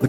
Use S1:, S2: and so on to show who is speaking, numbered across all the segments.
S1: The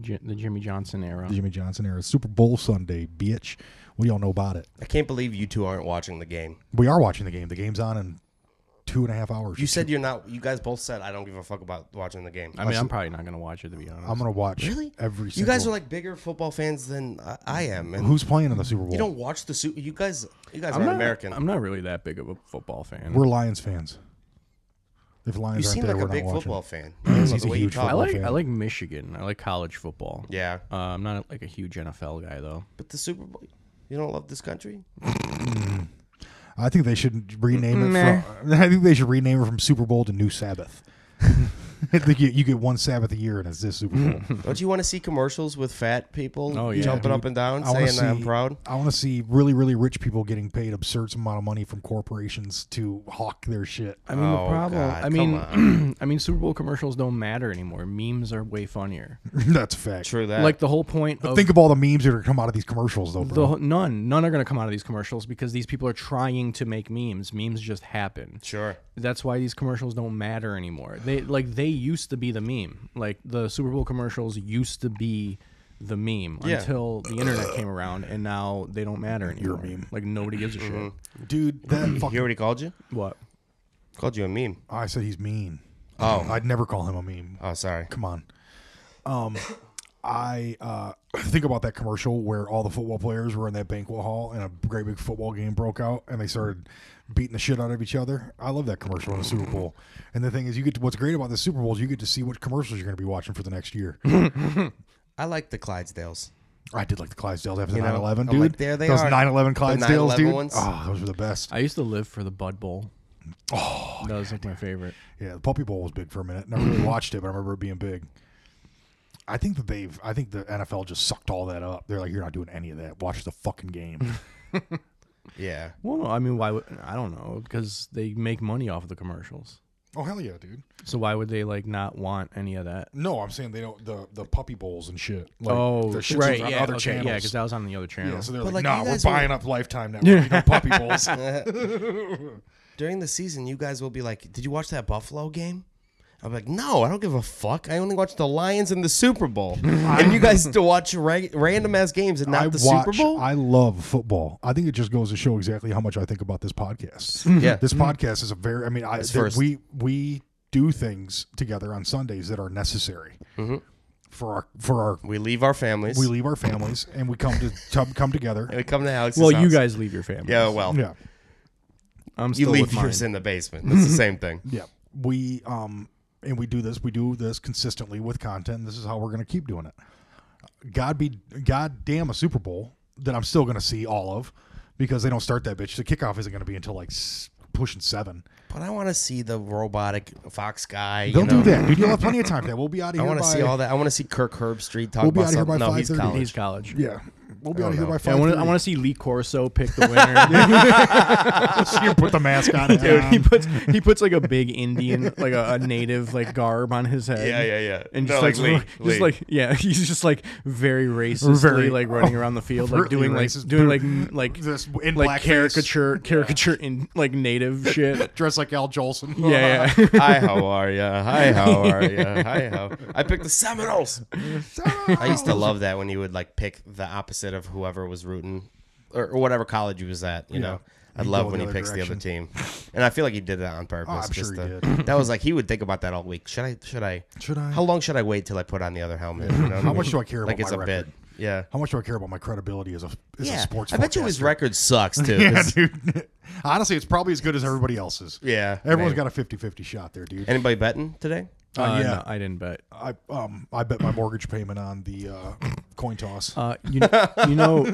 S2: J- the Jimmy Johnson era.
S3: The Jimmy Johnson era. Super Bowl Sunday, bitch. What do y'all know about it?
S4: I can't believe you two aren't watching the game.
S3: We are watching the game. The game's on in two and a half hours.
S4: You said you're not. You guys both said I don't give a fuck about watching the game.
S2: I mean, I'm probably not gonna watch it to be honest.
S3: I'm gonna watch
S4: Really?
S3: every.
S4: You
S3: Single,
S4: guys are like bigger football fans than I- I am, and
S3: who's playing in the Super Bowl?
S4: you don't watch the Super. You guys, you guys
S2: I'm
S4: aren't
S2: not
S4: American.
S2: I'm not really that big of a football fan.
S3: We're Lions fans. If Lions
S4: you
S3: aren't
S4: seem
S3: there,
S4: like
S3: we're
S4: a
S3: not
S4: big
S3: watching.
S4: football fan. I don't know
S3: He's
S4: the
S3: a
S4: way you
S3: huge
S4: talk.
S2: I
S3: football
S2: like
S3: fan.
S2: I like Michigan. I like college football.
S4: Yeah,
S2: Uh, I'm not like a huge NFL guy though.
S4: but the Super Bowl. You don't love this country.
S3: I think they should rename it. From, I think they should rename it from Super Bowl to New Sabbath. I think you, you get one Sabbath a year, and it's this Super Bowl.
S4: Don't you want to see commercials with fat people
S2: Oh, yeah,
S4: jumping up and down,
S3: wanna
S4: saying I'm proud?
S3: I want to see really, really rich people getting paid absurd amount of money from corporations to hawk their shit.
S2: I mean,
S4: Oh,
S2: the problem.
S4: God,
S2: I
S4: come
S2: mean, I mean, Super Bowl commercials don't matter anymore. Memes are way funnier.
S3: That's a fact.
S4: True that.
S2: Like the whole point of
S3: Think of all the memes that are come out of these commercials, though,
S2: the
S3: bro.
S2: whole- none, none are gonna come out of these commercials because these people are trying to make memes. Memes just happen.
S4: sure.
S2: That's why these commercials don't matter anymore. They like they used to be the meme. Like the Super Bowl commercials used to be the meme
S4: Yeah.
S2: until the internet came around, and now they don't matter anymore. meme. Like nobody gives a shit.
S3: Dude, that
S4: He
S3: fucking.
S4: already called you.
S2: What?
S4: Called you a meme.
S3: I said he's mean.
S4: Oh.
S3: I'd never call him a meme.
S4: Oh, sorry.
S3: Come on. Um, I uh, think about that commercial where all the football players were in that banquet hall and a great big football game broke out and they started beating the shit out of each other. I love that commercial in the Super Bowl. And the thing is, you get to, what's great about the Super Bowl is you get to see what commercials you're going to be watching for the next year.
S4: I like the Clydesdales.
S3: I did like the Clydesdales after
S4: You know,
S3: 9 11,
S4: I'm
S3: dude.
S4: like, there they
S3: those
S4: are.
S3: 9 11
S4: The
S3: Clydesdales,
S4: 9/11
S3: dude.
S4: ones.
S3: Oh, those were the best.
S2: I used to live for the Bud Bowl. Oh, that was like my favorite.
S3: Yeah, the Puppy Bowl was big for a minute. Never really watched it, but I remember it being big. I think that they've. I think the NFL just sucked all that up. They're like, you're not doing any of that. Watch the fucking game.
S4: Yeah.
S2: Well, no, I mean, why would I don't know because they make money off of the commercials.
S3: oh hell yeah, dude.
S2: So why would they like not want any of that?
S3: No, I'm saying they don't. The the Puppy Bowls and shit. Like,
S2: oh,
S3: the shit's
S2: right,
S3: on
S2: yeah,
S3: other
S2: okay,
S3: channels.
S2: yeah, because that was on the other channel.
S3: Yeah, so they're
S4: But,
S3: like,
S4: like,
S3: nah,
S4: you
S3: we're
S4: guys were-
S3: buying up Lifetime Network. You know, Puppy Bowls.
S4: During the season, you guys will be like, "Did you watch that Buffalo game?" I'm like, "No, I don't give a fuck. I only watch the Lions and the Super Bowl." and you guys to watch ra- random ass games and not
S3: I
S4: the
S3: watch.
S4: Super Bowl.
S3: I love football. I think it just goes to show exactly how much I think about this podcast.
S4: Yeah. Mm.
S3: this podcast is a very. I mean, I that
S4: first.
S3: we we do things together on Sundays that are necessary for our for our.
S4: we leave our families.
S3: We leave our families and we come to come, come together.
S4: and we come to Alex's.
S2: Well, you
S4: house.
S2: guys leave your family.
S4: Yeah. Well,
S3: Yeah,
S2: I'm
S4: you
S2: still
S4: leave
S2: with mine.
S4: yours in the basement. It's the same thing.
S3: yeah. We um and we do this. We do this consistently with content. This is how we're going to keep doing it. God be God damn a Super Bowl that I'm still going to see all of because they don't start that bitch. The kickoff isn't going to be until like s- pushing seven.
S4: But I want to see the robotic fox guy. you
S3: They'll
S4: know?
S3: do that, dude. You'll have plenty of time for that. We'll be out of
S4: I
S3: here.
S4: want to
S3: by-
S4: see all that. I want to see Kirk Herbstreit talk
S3: We'll be outta
S4: about
S3: here by
S4: something. No, he's
S3: 5:30.
S4: college.
S2: He's college.
S3: Yeah, we'll be out of here
S4: know.
S3: by
S2: Yeah, I
S3: five.
S2: want to. I want to see Lee Corso pick the winner.
S3: to see him put the mask on.
S2: Dude, he
S3: Um,
S2: puts he puts like a big Indian, like a, a native, like garb on his head.
S4: Yeah, yeah, yeah.
S2: And
S4: No,
S2: just
S4: like
S2: like,
S4: Lee,
S2: just
S4: Lee.
S2: like yeah, he's just like very racist,
S3: Very-
S2: very like running around the field, like
S3: overtly
S2: doing like
S3: racist.
S2: doing
S3: Dude,
S2: like m- like
S3: this in blackface.
S2: like caricature caricature in like native shit.
S3: dressed like Al Jolson.
S2: Yeah, yeah.
S4: Hi, how are ya? Hi, how are ya? Hi, how? I picked the Seminoles. I used
S3: Oh.
S4: to love that when you would like pick the opposite of whoever was rooting or, or whatever college you was at. You know, I
S3: He'd
S4: love
S3: go
S4: when
S3: the
S4: he
S3: other
S4: picks the other
S3: direction. Oh,
S4: team, and I feel like he did that on purpose.
S3: I'm sure
S4: just
S3: he
S4: to- That was like he would think about that all week. Should I? Should I?
S3: Should I?
S4: How long should I wait till I put on the other helmet? You know what I
S3: How much
S4: mean?
S3: do I care about
S4: Like it's
S3: my
S4: a
S3: record?
S4: bit. Yeah.
S3: How much do I care about my credibility as a as a
S4: Yeah.
S3: sports?
S4: I bet you his
S3: forecaster?
S4: record sucks too.
S3: Yeah,
S4: 'cause
S3: dude. Honestly, it's probably as good as everybody else's.
S4: Yeah,
S3: Everyone's
S4: maybe.
S3: got a 50-50 shot there, dude.
S4: Anybody betting today?
S3: Uh,
S2: Uh,
S3: yeah.
S2: no, I didn't bet.
S3: I um I bet my mortgage payment on the uh, coin toss.
S2: Uh, you, you know,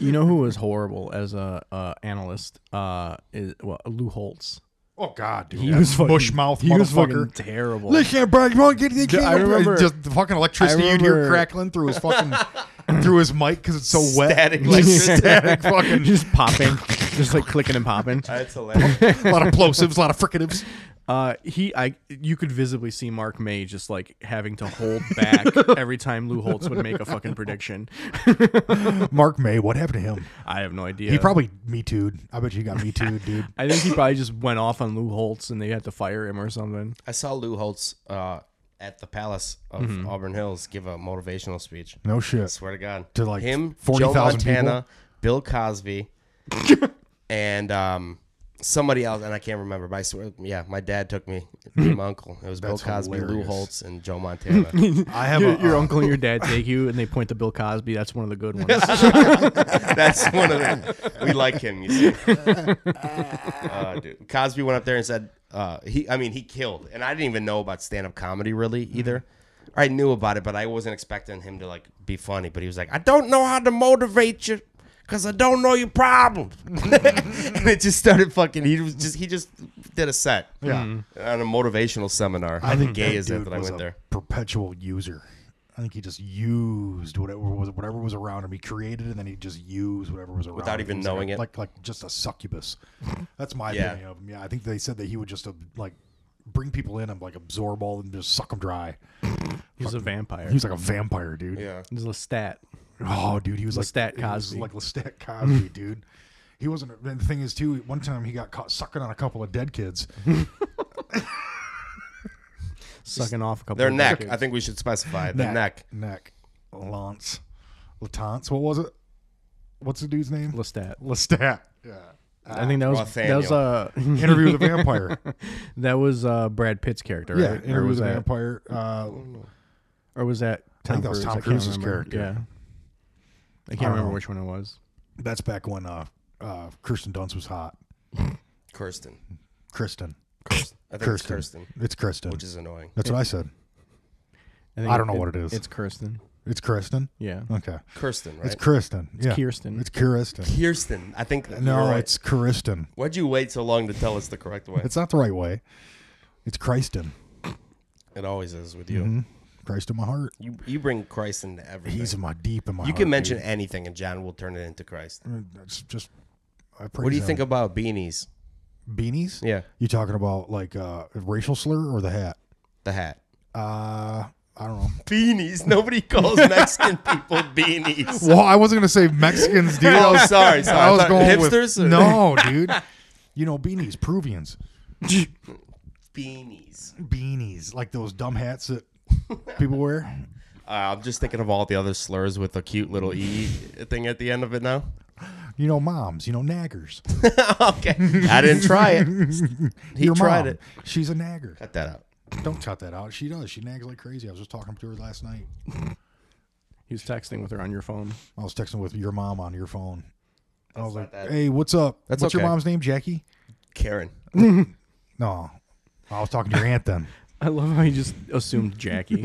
S2: you know who was horrible as a uh, analyst uh, is well, Lou Holtz.
S3: oh God, dude.
S2: He
S3: That
S2: was fucking,
S3: mushmouth
S2: He
S3: motherfucker.
S2: was fucking terrible.
S3: Listen, bro, you won't get the
S2: Dude, I remember-
S3: just the fucking electricity you'd hear
S2: remember-
S3: crackling through his fucking through his mic because it's so wet.
S4: Static
S3: Just
S4: electricity.
S3: static fucking
S2: just popping, just like clicking and popping.
S4: That's hilarious.
S3: a lot of plosives, a lot of fricatives.
S2: Uh, he, I, you could visibly see Mark May just like having to hold back every time Lou Holtz would make a fucking prediction.
S3: Mark May, what happened to him?
S2: I have no idea.
S3: He probably me too'd. I bet you got me too'd, dude.
S2: I think he probably just went off on Lou Holtz and they had to fire him or something.
S4: I saw Lou Holtz uh, at the Palace of Auburn Hills give a motivational speech.
S3: Mm-hmm. No
S4: I
S3: shit.
S4: swear to God.
S3: To, like,
S4: him,
S3: 40,000
S4: Joe Montana, Bill Cosby, and um, somebody else, and I can't remember. But I swear, yeah, my dad took me, me and my uncle. It was
S3: That's
S4: Bill Cosby, Lou
S3: hilarious.
S4: Holtz, and Joe Montana.
S3: I have
S2: your,
S3: a,
S2: your
S3: uh,
S2: uncle and your dad take you and they point to Bill Cosby. That's one of the good ones.
S4: That's one of the we like him. You see, uh, dude. Cosby went up there and said uh, he. I mean, he killed, and I didn't even know about stand up comedy really either. I knew about it, but I wasn't expecting him to like be funny. But he was like, I don't know how to motivate you. Cause I don't know your problems, and it just started fucking. He was just he just did a set,
S3: Yeah.
S4: on a motivational seminar. I think gay is it
S3: dude
S4: that I
S3: was
S4: went
S3: a
S4: there.
S3: Perpetual user. I think he just used whatever was whatever was around him. He created and then he just used whatever was around
S4: Without
S3: him.
S4: even
S3: He's like
S4: knowing
S3: a-
S4: it.
S3: Like like just a succubus. That's my
S4: Yeah.
S3: opinion of him. Yeah, I think they said that he would just uh, like bring people in and like absorb all of them, just suck them dry.
S2: He was a vampire.
S3: He was like a vampire, dude.
S4: Yeah,
S2: He was Lestat.
S3: Oh, dude, he was
S2: Lestat
S3: like he was
S2: Cosby.
S3: like Lestat Cosby, dude. He wasn't. And the thing is, too, one time he got caught sucking on a couple of dead kids.
S2: Sucking off a couple
S4: their
S2: of
S4: neck.
S2: kids.
S4: I think we should specify the neck.
S3: Neck. Lance. Latance. What was it? What's the dude's name?
S2: Lestat.
S3: Lestat. Yeah.
S4: Ah,
S2: I think that was that was uh
S3: Interview with a Vampire.
S2: that was uh Brad Pitt's character,
S3: yeah.
S2: right? Or
S3: Interview
S2: was
S3: with a
S2: that
S3: Vampire. Uh,
S2: or was that Tom
S3: think that was
S2: Cruise?
S3: Tom
S2: I can't
S3: Cruise's
S2: remember.
S3: character.
S2: Yeah. I
S3: I
S2: can't
S3: don't
S2: remember
S3: know.
S2: which one it was.
S3: that's back when uh, uh, Kirsten Dunst was hot.
S4: Kirsten.
S3: Kristen.
S4: I think
S3: Kirsten.
S4: it's Kirsten,
S3: It's Kristen.
S4: which is annoying.
S3: that's what I said.
S2: think
S3: I don't know what it is.
S2: It's Kirsten.
S3: It's Kristen.
S2: Yeah.
S3: Okay.
S4: Kirsten, right?
S3: It's Kristen. Yeah.
S2: Kirsten.
S3: It's Kirsten.
S4: Kirsten. I think
S3: No,
S4: you're right.
S3: it's Kirsten.
S4: Why'd you wait so long to tell us the correct way?
S3: It's not the right way. It's Christen.
S4: it always is with you.
S3: Mm-hmm. Christ in my heart.
S4: You you bring Christ into everything.
S3: He's in my deep in my
S4: you
S3: heart,
S4: can mention
S3: dude.
S4: anything, and John will turn it into Christ.
S3: That's just I
S4: What do you
S3: praise
S4: think
S3: him.
S4: about beanies?
S3: beanies?
S4: Yeah,
S3: You talking about like uh, a racial slur or the hat?
S4: the hat.
S3: Uh, I don't know.
S4: Beanies. Nobody calls Mexican people beanies.
S3: Well, I wasn't gonna say Mexicans, dude. I
S4: Oh,
S3: was,
S4: sorry, sorry.
S3: I was
S4: thought-
S3: going
S4: hipsters.
S3: with
S4: or-
S3: no, dude. You know, beanies, Peruvians,
S4: beanies. Uh,
S3: beanies, like those dumb hats that people wear.
S4: Uh, I'm just thinking of all the other slurs with the cute little e thing at the end of it now.
S3: You know, moms. You know, naggers.
S4: okay, I didn't try it. He
S3: Your
S4: tried
S3: mom,
S4: it.
S3: She's a nagger.
S4: Cut that out.
S3: Don't cut that out. She does. She nags like crazy. I was just talking to her last night.
S2: He was texting with her on your phone.
S3: I was texting with your mom on your phone. I was
S4: not
S3: like,
S4: that-
S3: "Hey, what's up?
S4: That's
S3: what's your
S4: okay.
S3: mom's name, Jackie?"
S4: Karen.
S3: No, I was talking to your aunt then.
S2: I love how he just assumed Jackie.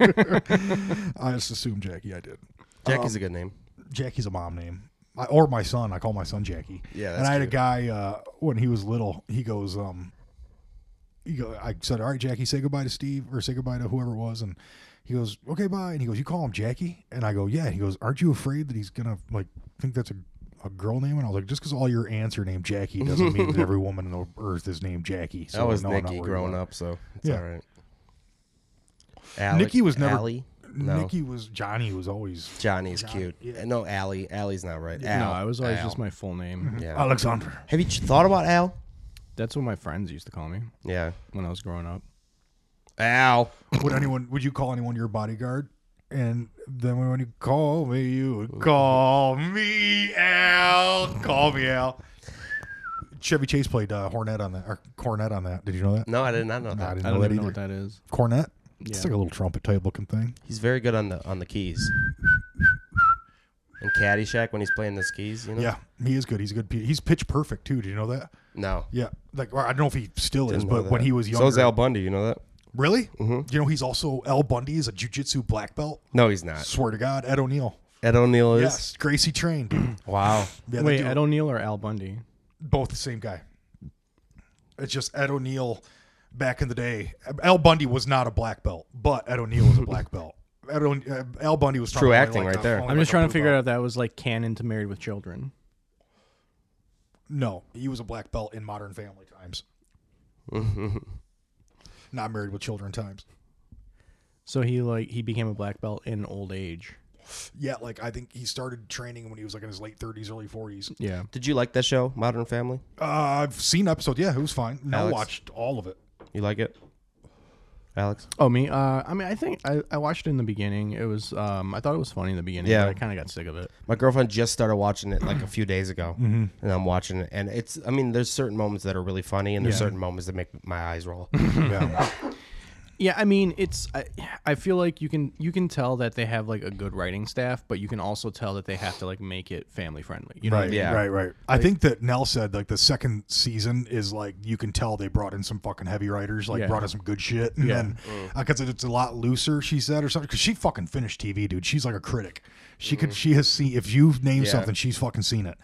S3: I just assumed Jackie. I did.
S4: Jackie's a good name.
S3: Jackie's a mom name, I, or my son. I call my son Jackie.
S4: Yeah,
S3: and
S4: that's
S3: I had a
S4: cute.
S3: guy uh, when he was little. He goes, um, he go. I said, "All right, Jackie, say goodbye to Steve, or say goodbye to whoever it was." And he goes, "Okay, bye." And he goes, "You call him Jackie?" And I go, "Yeah." And he goes, "Aren't you afraid that he's gonna like think that's a a girl name?" And I was like, "Just because all your aunts are named Jackie doesn't mean that every woman on the earth is named Jackie." So
S4: I was
S3: no, I'm not
S4: Nikki
S3: worried
S4: growing
S3: about it."
S4: up, so it's
S3: Yeah.
S4: all right. Alec,
S3: Nikki was never-
S4: Allie? No,
S3: Nikki was Johnny was always
S4: Johnny's
S3: Johnny,
S4: cute.
S3: yeah.
S4: No, Allie. Allie's not right.
S2: no,
S4: Al.
S2: I was always
S4: Al.
S2: just my full name.
S4: Yeah.
S3: Alexander.
S4: Have you ch- thought about Al?
S2: That's what my friends used to call me
S4: Yeah.
S2: when I was growing up.
S4: Al.
S3: would anyone would you call anyone your bodyguard? And then when you call me, you would call me Al. Call me Al. Chevy Chase played uh, Hornet on that or Cornet on that. Did you know that?
S4: No, I did not know that.
S3: didn't
S2: I don't even know
S3: either.
S2: what that is.
S3: Cornet. It's like a little trumpet type looking thing.
S4: He's very good on the on the keys. And Caddyshack when he's playing the keys, you know.
S3: Yeah, he is good. He's a good. P- he's pitch perfect too. Do you know that?
S4: No.
S3: Yeah, like or I don't know if he still is,
S4: Didn't know
S3: but when
S4: that.
S3: he was younger,
S4: So is Al Bundy. You know that?
S3: really, mm-hmm. you know he's also Al Bundy is a jujitsu black belt.
S4: No, he's not.
S3: Swear to God, Ed O'Neill.
S4: Ed O'Neill is.
S3: Yes, Gracie Train. dude.
S4: Wow.
S3: Yeah, they
S2: Wait,
S3: do-
S2: Ed O'Neill or Al Bundy?
S3: both the same guy. It's just Ed O'Neill back in the day. Al Bundy was not a black belt, but Ed O'Neill was a black belt. Ed O'Ne- uh, Al Bundy was
S4: True
S3: probably
S4: acting
S3: like
S4: right
S3: a-
S4: there.
S3: only
S2: I'm
S3: like a
S2: just trying to
S3: blue
S2: figure
S3: belt.
S2: out if that was like canon to Married with Children.
S3: No, he was a black belt in Modern Family times. Not married with children times.
S2: So he like he became a black belt in old age.
S3: Yeah, like I think he started training when he was like in his late 30s, early 40s.
S2: Yeah.
S4: Did you like that show, Modern Family?
S3: Uh, I've seen episodes. Yeah, it was fine. No,
S4: Alex?
S3: watched all of it.
S4: You like it, Alex?
S2: Oh me? Uh, I mean, I think I, I watched it in the beginning. It was um, I thought it was funny in the beginning.
S4: Yeah.
S2: but I kind of got sick of it.
S4: My girlfriend just started watching it like a few days ago,
S3: Mm-hmm.
S4: and I'm watching it, and it's. I mean, there's certain moments that are really funny, and there's certain moments that make my eyes roll.
S3: Yeah.
S2: Yeah, I mean, it's I, I feel like you can you can tell that they have like a good writing staff, but you can also tell that they have to like make it family friendly. You know, what I
S3: Right,
S2: mean?
S4: Yeah.
S3: right, right. I think that Nell said like the second season is like you can tell they brought in some fucking heavy writers, like
S2: Yeah.
S3: brought in some good shit, and
S2: Yeah.
S3: then because it's a lot looser, she said or something. Because she fucking finished TV, dude. She's like a critic. She could, she has seen if you've named
S4: Yeah.
S3: something, she's fucking seen it.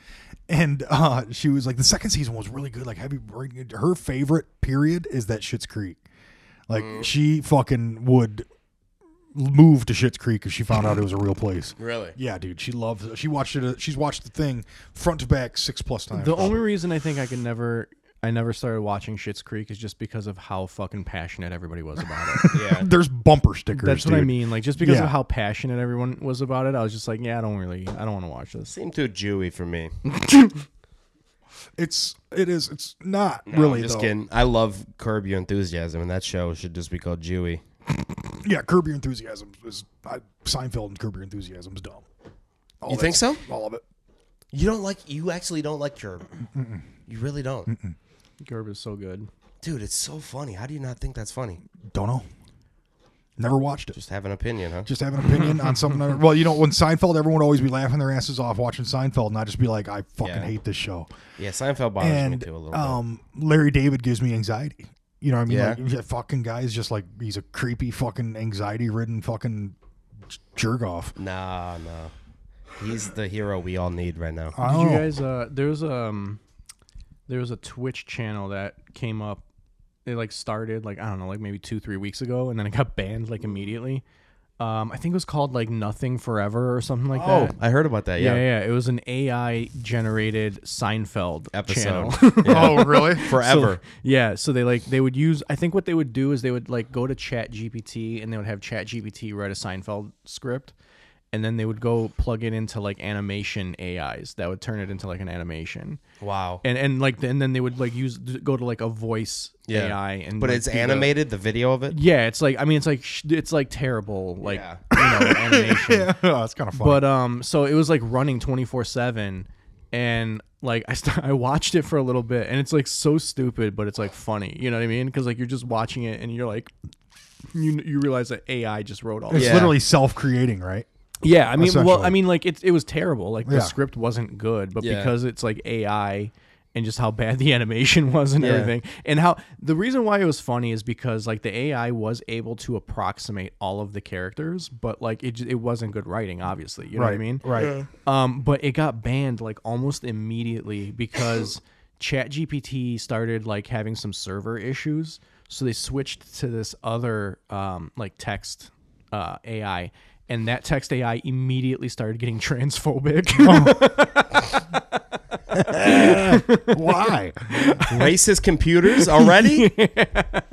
S3: And uh, she was like, the second season was really good, like heavy. writing. Her favorite period is that Shit's Creek. Like she fucking would move to Shit's Creek if she found out it was a real place.
S4: Really?
S3: Yeah, dude, she loves. She watched it. uh, She's watched the thing front to back six plus times.
S2: The only reason I think I could never I never started watching Shit's Creek is just because of how fucking passionate everybody was about it.
S4: Yeah.
S3: There's bumper stickers.
S2: That's what I
S3: dude.
S2: mean. Like just because
S3: Yeah.
S2: of how passionate everyone was about it, I was just like, yeah, I don't really, I don't want to watch this.
S4: Seemed too Jewy for me.
S3: It's it is. It's not
S4: No,
S3: really
S4: I'm just
S3: though.
S4: kidding. I love Curb Your Enthusiasm, and that show should just be called Jewy.
S3: Yeah, Curb Your Enthusiasm is I, Seinfeld and Curb Your Enthusiasm is dumb. All
S4: You
S3: that
S4: think so?
S3: shit, All of it.
S4: You don't like. You actually don't like Curb. You really don't,
S2: Curb is so good.
S4: dude. It's so funny. How do you not think that's funny?
S3: Don't know. Never watched it.
S4: Just have an opinion, huh?
S3: Just have an opinion on something. I- well, you know, when Seinfeld, everyone would always be laughing their asses off watching Seinfeld, and I just be like, I fucking
S4: Yeah.
S3: hate this show.
S4: yeah, Seinfeld bothers me
S3: and
S4: too a little
S3: um, Larry David gives me anxiety. You know what I mean?
S4: Yeah.
S3: Like, that fucking guy is just like he's a creepy fucking anxiety ridden fucking j- jerk off.
S4: bit. Nah, nah. He's the hero we all need right now.
S3: I
S2: Did
S3: don't
S2: you
S3: know.
S2: guys? Uh, there was um, there was a Twitch channel that came up. It like started like I don't know, like maybe two three weeks ago, and then it got banned like immediately. Um, I think it was called like Nothing Forever or something like
S4: Oh,
S2: that.
S4: I heard about that.
S2: Yeah,
S4: Yeah,
S2: yeah, It was an AI generated Seinfeld
S4: episode.
S2: channel.
S4: Yeah.
S3: Oh really?
S4: Forever.
S2: So- yeah, so they like they would use. I think what they would do is they would like go to Chat GPT and they would have Chat GPT write a Seinfeld script, and then they would go plug it into like animation AIs that would turn it into like an animation,
S4: wow.
S2: and and like and then they would like use go to like a voice
S4: Yeah.
S2: AI and
S4: but
S2: like,
S4: it's
S2: do the-
S4: animated. The video of it.
S2: yeah, it's like I mean it's like sh- it's like terrible like
S4: Yeah.
S2: you know animation.
S3: Oh, That's kind of funny.
S2: But um, so it was like running twenty four seven, and like I st- I watched it for a little bit, and it's like so stupid, but it's like funny. You know what I mean? Because like you're just watching it, and you're like, you you realize that AI just wrote all.
S3: it's
S2: This.
S4: Yeah.
S3: literally self creating, right?
S2: Yeah, I mean, well,
S3: Essentially.
S2: I mean, like it it was terrible. Like the
S3: Yeah.
S2: script wasn't good, but
S4: Yeah.
S2: because it's like AI. And just how bad the animation was and
S4: Yeah.
S2: everything, and how the reason why it was funny is because like the AI was able to approximate all of the characters, but like it j- it wasn't good writing, obviously. You know what I mean?
S3: Right.
S2: Um, but it got banned like almost immediately because ChatGPT started like having some server issues, so they switched to this other um, like text uh, AI, and that text AI immediately started getting transphobic.
S3: Why?
S4: Racist computers already. Alre-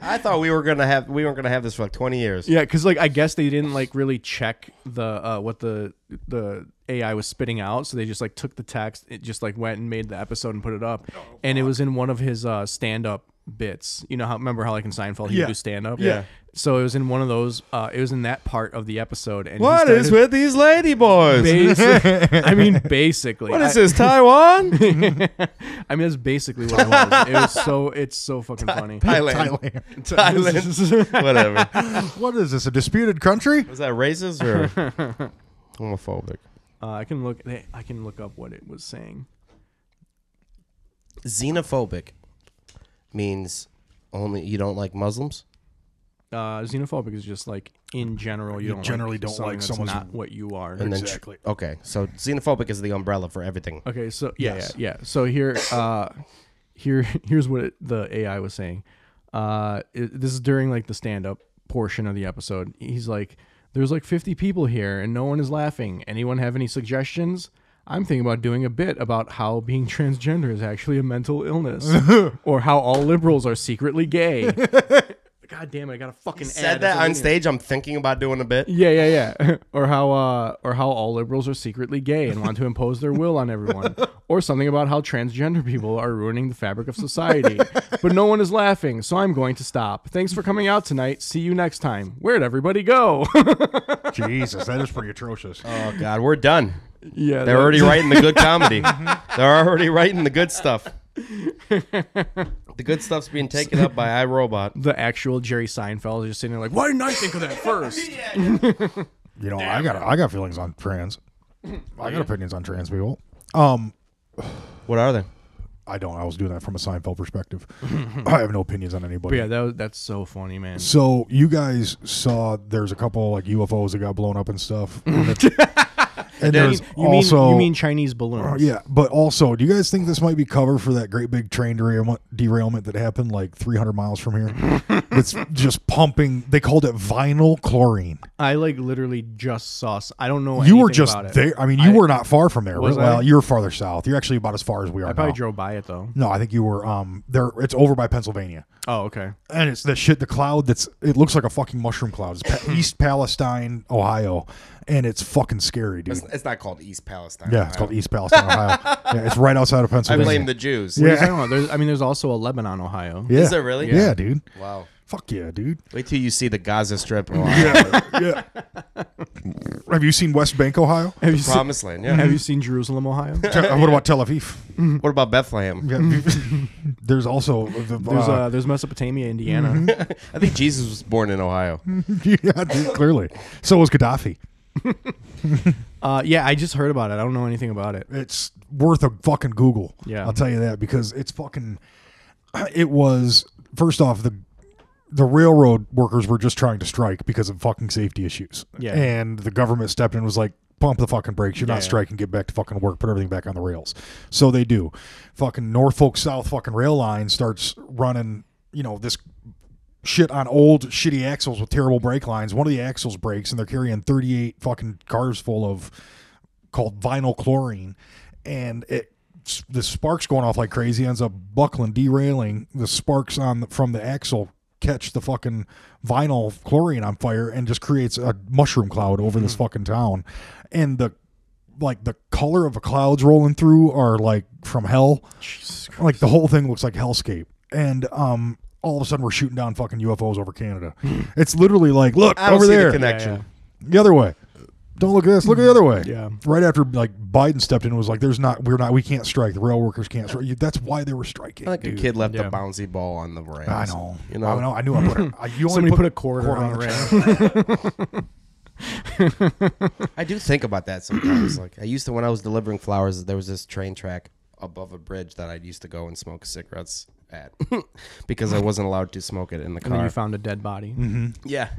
S4: I, I thought we were gonna have we weren't gonna have this for like twenty years.
S2: yeah, because like I guess they didn't like really check the uh, what the the AI was spitting out, so they just like took the text, it just like went and made the episode and put it up,
S4: Oh,
S2: and it was in one of his uh, stand up bits. You know how remember how like in Seinfeld he
S3: Yeah.
S2: would do stand up,
S3: Yeah.
S2: So it was in one of those. Uh, it was in that part of the episode. And he
S4: What is
S2: started-
S4: with these lady boys?
S2: Basi- I mean, basically.
S4: what is
S2: I-
S4: this, Taiwan?
S2: I mean, that's basically what it was. It was so. It's so fucking funny.
S4: Thailand.
S3: Thailand.
S4: Thailand. Whatever.
S3: What is this? A disputed country?
S4: Was that racist or homophobic?
S2: Uh, I can look. I can look up what it was saying.
S4: Xenophobic means only you don't like Muslims.
S2: Uh, xenophobic is just like in general. You,
S3: You
S2: don't
S3: generally
S2: like
S3: don't
S2: someone
S3: like
S2: that's
S3: someone's-
S2: not what you are.
S4: And then tr-
S3: Exactly.
S4: okay, so xenophobic is the umbrella for everything.
S2: Okay, so yeah,
S3: Yes.
S2: yeah, yeah. So here, uh, here, here's what it, the AI was saying. Uh, it- this is during like the stand-up portion of the episode. He's like, "There's like 50 people here, and no one is laughing. Anyone have any suggestions?" I'm thinking about doing a bit about how being transgender is actually a mental illness, or how all liberals are secretly gay. God damn it! I got a fucking ad
S4: Said
S2: as
S4: that
S2: I'm
S4: on
S2: reading it.
S4: stage. I'm thinking about doing a bit.
S2: Yeah, yeah, yeah. or how uh or how all liberals are secretly gay and want to impose their will on everyone. Or something about how transgender people are ruining the fabric of society. but no one is laughing, so I'm going to stop. Thanks for coming out tonight. See you next time. Where'd everybody go?
S3: Jesus, that is pretty atrocious.
S4: Oh God, we're done.
S2: yeah.
S4: They're
S2: that-
S4: already writing the good comedy. They're already writing the good stuff. The good stuff's being taken up by iRobot.
S2: the actual Jerry Seinfeld is just sitting there like, why didn't I think of that first?
S3: You know, I got I got feelings on trans. I got opinions on trans people. Um,
S4: What are they?
S3: I don't. I was doing that from a Seinfeld perspective. I have no opinions on anybody.
S2: But yeah, that was, that's so funny, man.
S3: So you guys saw there's a couple like UFOs that got blown up and stuff. and there's
S2: you mean
S3: also
S2: you mean Chinese balloons?
S3: Uh, yeah, but also, do you guys think this might be cover for that great big train derailment, derailment that happened like 300 miles from here? That's just pumping. They called it vinyl chlorine.
S2: I like literally just saw. s- I don't know.
S3: You were
S2: anything
S3: just
S2: about it.
S3: there. I mean, you were not far from there.
S2: Was
S3: well,
S2: I?
S3: you were farther south. You're actually about as far as we are
S2: I probably
S3: now.
S2: drove by it though.
S3: no, I think you were um there. It's over by Pennsylvania,
S2: Oh, okay.
S3: and it's the shit. The cloud that's it looks like a fucking mushroom cloud. It's pa- East Palestine, Ohio, and it's fucking scary, dude.
S4: It's, it's not called East Palestine.
S3: yeah, it's called East Palestine, Ohio. Yeah, it's right outside of
S4: I
S3: Pennsylvania.
S4: blame the Jews.
S2: What are
S3: Yeah.
S2: you talking about? There's, I mean, there's also a Lebanon, Ohio.
S3: yeah.
S4: Is there really?
S3: Yeah, dude.
S4: Wow.
S3: Fuck yeah, dude.
S4: Wait till you see the Gaza Strip. in Ohio.
S3: yeah, yeah. Have you seen West Bank, Ohio?
S2: Have you seen,
S4: Promised land. Yeah.
S2: have you seen Jerusalem, Ohio?
S3: Te- uh, what about Tel Aviv?
S4: What about Bethlehem?
S3: Yeah. There's also the,
S2: There's
S3: uh,
S2: uh, there's Mesopotamia, Indiana.
S3: Mm-hmm.
S4: I think Jesus was born in Ohio.
S3: yeah, dude, clearly. So was Gaddafi.
S2: Uh, yeah, I just heard about it. I don't know anything about it.
S3: It's worth a fucking Google.
S2: Yeah.
S3: I'll tell you that because it's fucking. It was first off the the railroad workers were just trying to strike because of fucking safety issues.
S2: Yeah.
S3: And the government stepped in and was like, pump the fucking brakes. You're
S2: Yeah.
S3: not striking. Get back to fucking work. Put everything back on the rails. So they do. Fucking Norfolk South fucking rail line starts running, you know, this shit on old shitty axles with terrible brake lines. One of the axles breaks and they're carrying 38 fucking cars full of called vinyl chlorine. And it, the sparks going off like crazy ends up buckling, derailing. The sparks on the, from the axle catch the fucking vinyl chlorine on fire and just creates a mushroom cloud over this
S4: Hmm.
S3: fucking town. And the like the color of the clouds rolling through are like from hell. Like the whole thing looks like hellscape. And um all of a sudden we're shooting down fucking UFOs over Canada. it's literally like, look
S4: Hmm. I don't
S3: over
S4: see
S3: there
S4: the connection.
S3: the other way. Don't look at this. Look the other way.
S2: Yeah.
S3: Right after like Biden stepped in and was like, "There's not. We're not. We can't strike. The rail workers can't strike." You- That's why they were striking.
S4: Like a kid left
S2: Yeah.
S4: a bouncy ball on the rails.
S3: I know.
S4: You know.
S3: I know. I knew. I put. A, I, you only
S2: Somebody put a quarter on the
S3: rail.
S4: I do think about that sometimes. like I used to when I was delivering flowers, there was this train track above a bridge that I used to go and smoke cigarettes at because I wasn't allowed to smoke it in
S2: And
S4: the
S2: then
S4: car. Mm-hmm.
S2: you found a dead body.
S4: yeah.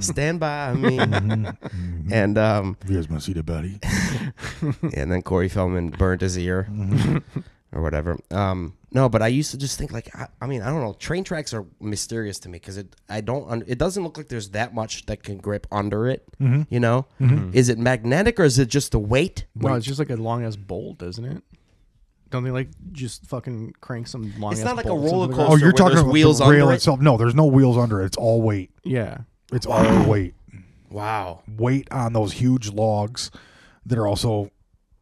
S4: Stand by me. and um
S3: Here's my seat, buddy.
S4: and then Corey Feldman burnt his ear or whatever. Um, no, but I used to just think like I, I mean I don't know. Train tracks are mysterious to me because it I don't un- it doesn't look like there's that much that can grip under it. You know, is it magnetic or is it just the weight?
S2: No, it's just like a long ass bolt, isn't it? Don't they like just fucking crank some long?
S4: It's
S2: ass
S4: not like a
S2: bolts into
S4: roller
S2: the
S4: coaster.
S2: ground?
S3: Oh, you're
S4: where
S3: talking
S4: there's
S3: about
S4: wheels
S3: the rail
S4: under it?
S3: itself. No, there's no wheels under it. It's all weight.
S2: Yeah,
S3: It's
S4: Oh.
S3: all weight.
S4: Wow.
S3: Weight on those huge logs that are also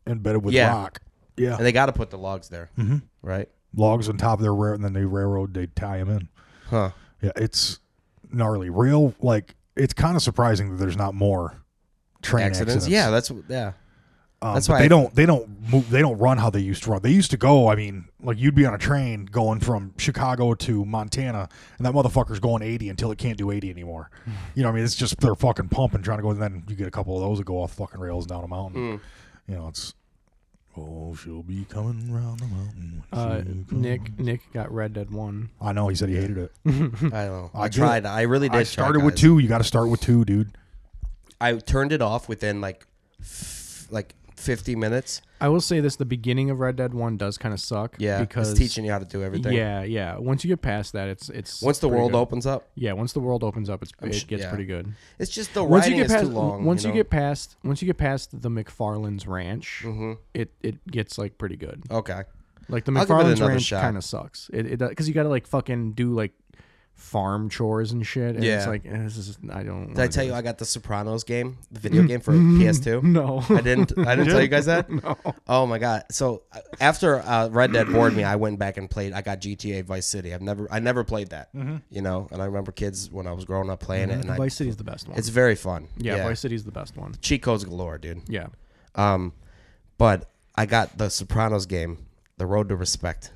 S3: embedded with
S4: Yeah.
S3: rock. Yeah.
S4: And they got to put the logs there, mm-hmm. right?
S3: Logs on top of their rail, and then they railroad. They tie them in.
S4: Huh.
S3: Yeah, it's gnarly. Real like it's kind of surprising that there's not more train
S4: accidents.
S3: accidents.
S4: Yeah, that's yeah.
S3: Um,
S4: That's
S3: but
S4: why
S3: they
S4: I-
S3: don't they don't move they don't run how they used to run. They used to go. I mean, like you'd be on a train going from Chicago to Montana, and that motherfucker's going eighty until it can't do eighty anymore. you know, what I mean, it's just they're fucking pumping trying to go, and then you get a couple of those that go off fucking rails down a mountain. You know, it's oh she'll be coming round the mountain. when
S2: Uh,
S3: she come."
S2: Nick Nick got Red Dead One.
S3: I know he said he hated it.
S4: I don't know. I,
S3: I did.
S4: tried. I really did.
S3: I
S4: try,
S3: started with
S4: guys.
S3: two. You got to start with two, dude.
S4: I turned it off within like f- like 50 minutes.
S2: I will say this: the beginning of Red Dead One does kind of suck.
S4: Yeah,
S2: because
S4: it's teaching you how to do everything.
S2: Yeah, yeah. Once you get past that, it's it's
S4: Once the
S2: pretty
S4: world
S2: good.
S4: opens up,
S2: Yeah, once the world opens up, it's, it
S4: sh-
S2: gets
S4: yeah.
S2: pretty good.
S4: it's just the
S2: Once you
S4: riding
S2: get past
S4: is too long.
S2: once you,
S4: know?
S2: get past once you get past the McFarland's ranch, it it gets like pretty good.
S4: okay,
S2: Like the
S4: Oh, I'll give it
S2: McFarland's
S4: another
S2: ranch
S4: shot.
S2: kind of sucks. It because you got to like fucking do like farm chores and shit. And
S4: Yeah.
S2: it's like eh, this is I don't.
S4: did I tell you I got the Sopranos game, the video game for PS2?
S2: No.
S4: I didn't. I didn't tell you guys that. No. Oh my god! So uh, after uh, Red Dead bored me, I went back and played. I got GTA Vice City. I've never, I never played that. You know, and I remember kids when I was growing up playing it, and I,
S2: Mm-hmm. Vice City's the best one.
S4: it's very fun.
S2: yeah, Vice City's the best one.
S4: cheat codes galore, dude.
S2: Yeah.
S4: Um, but I got the Sopranos game, The Road to Respect.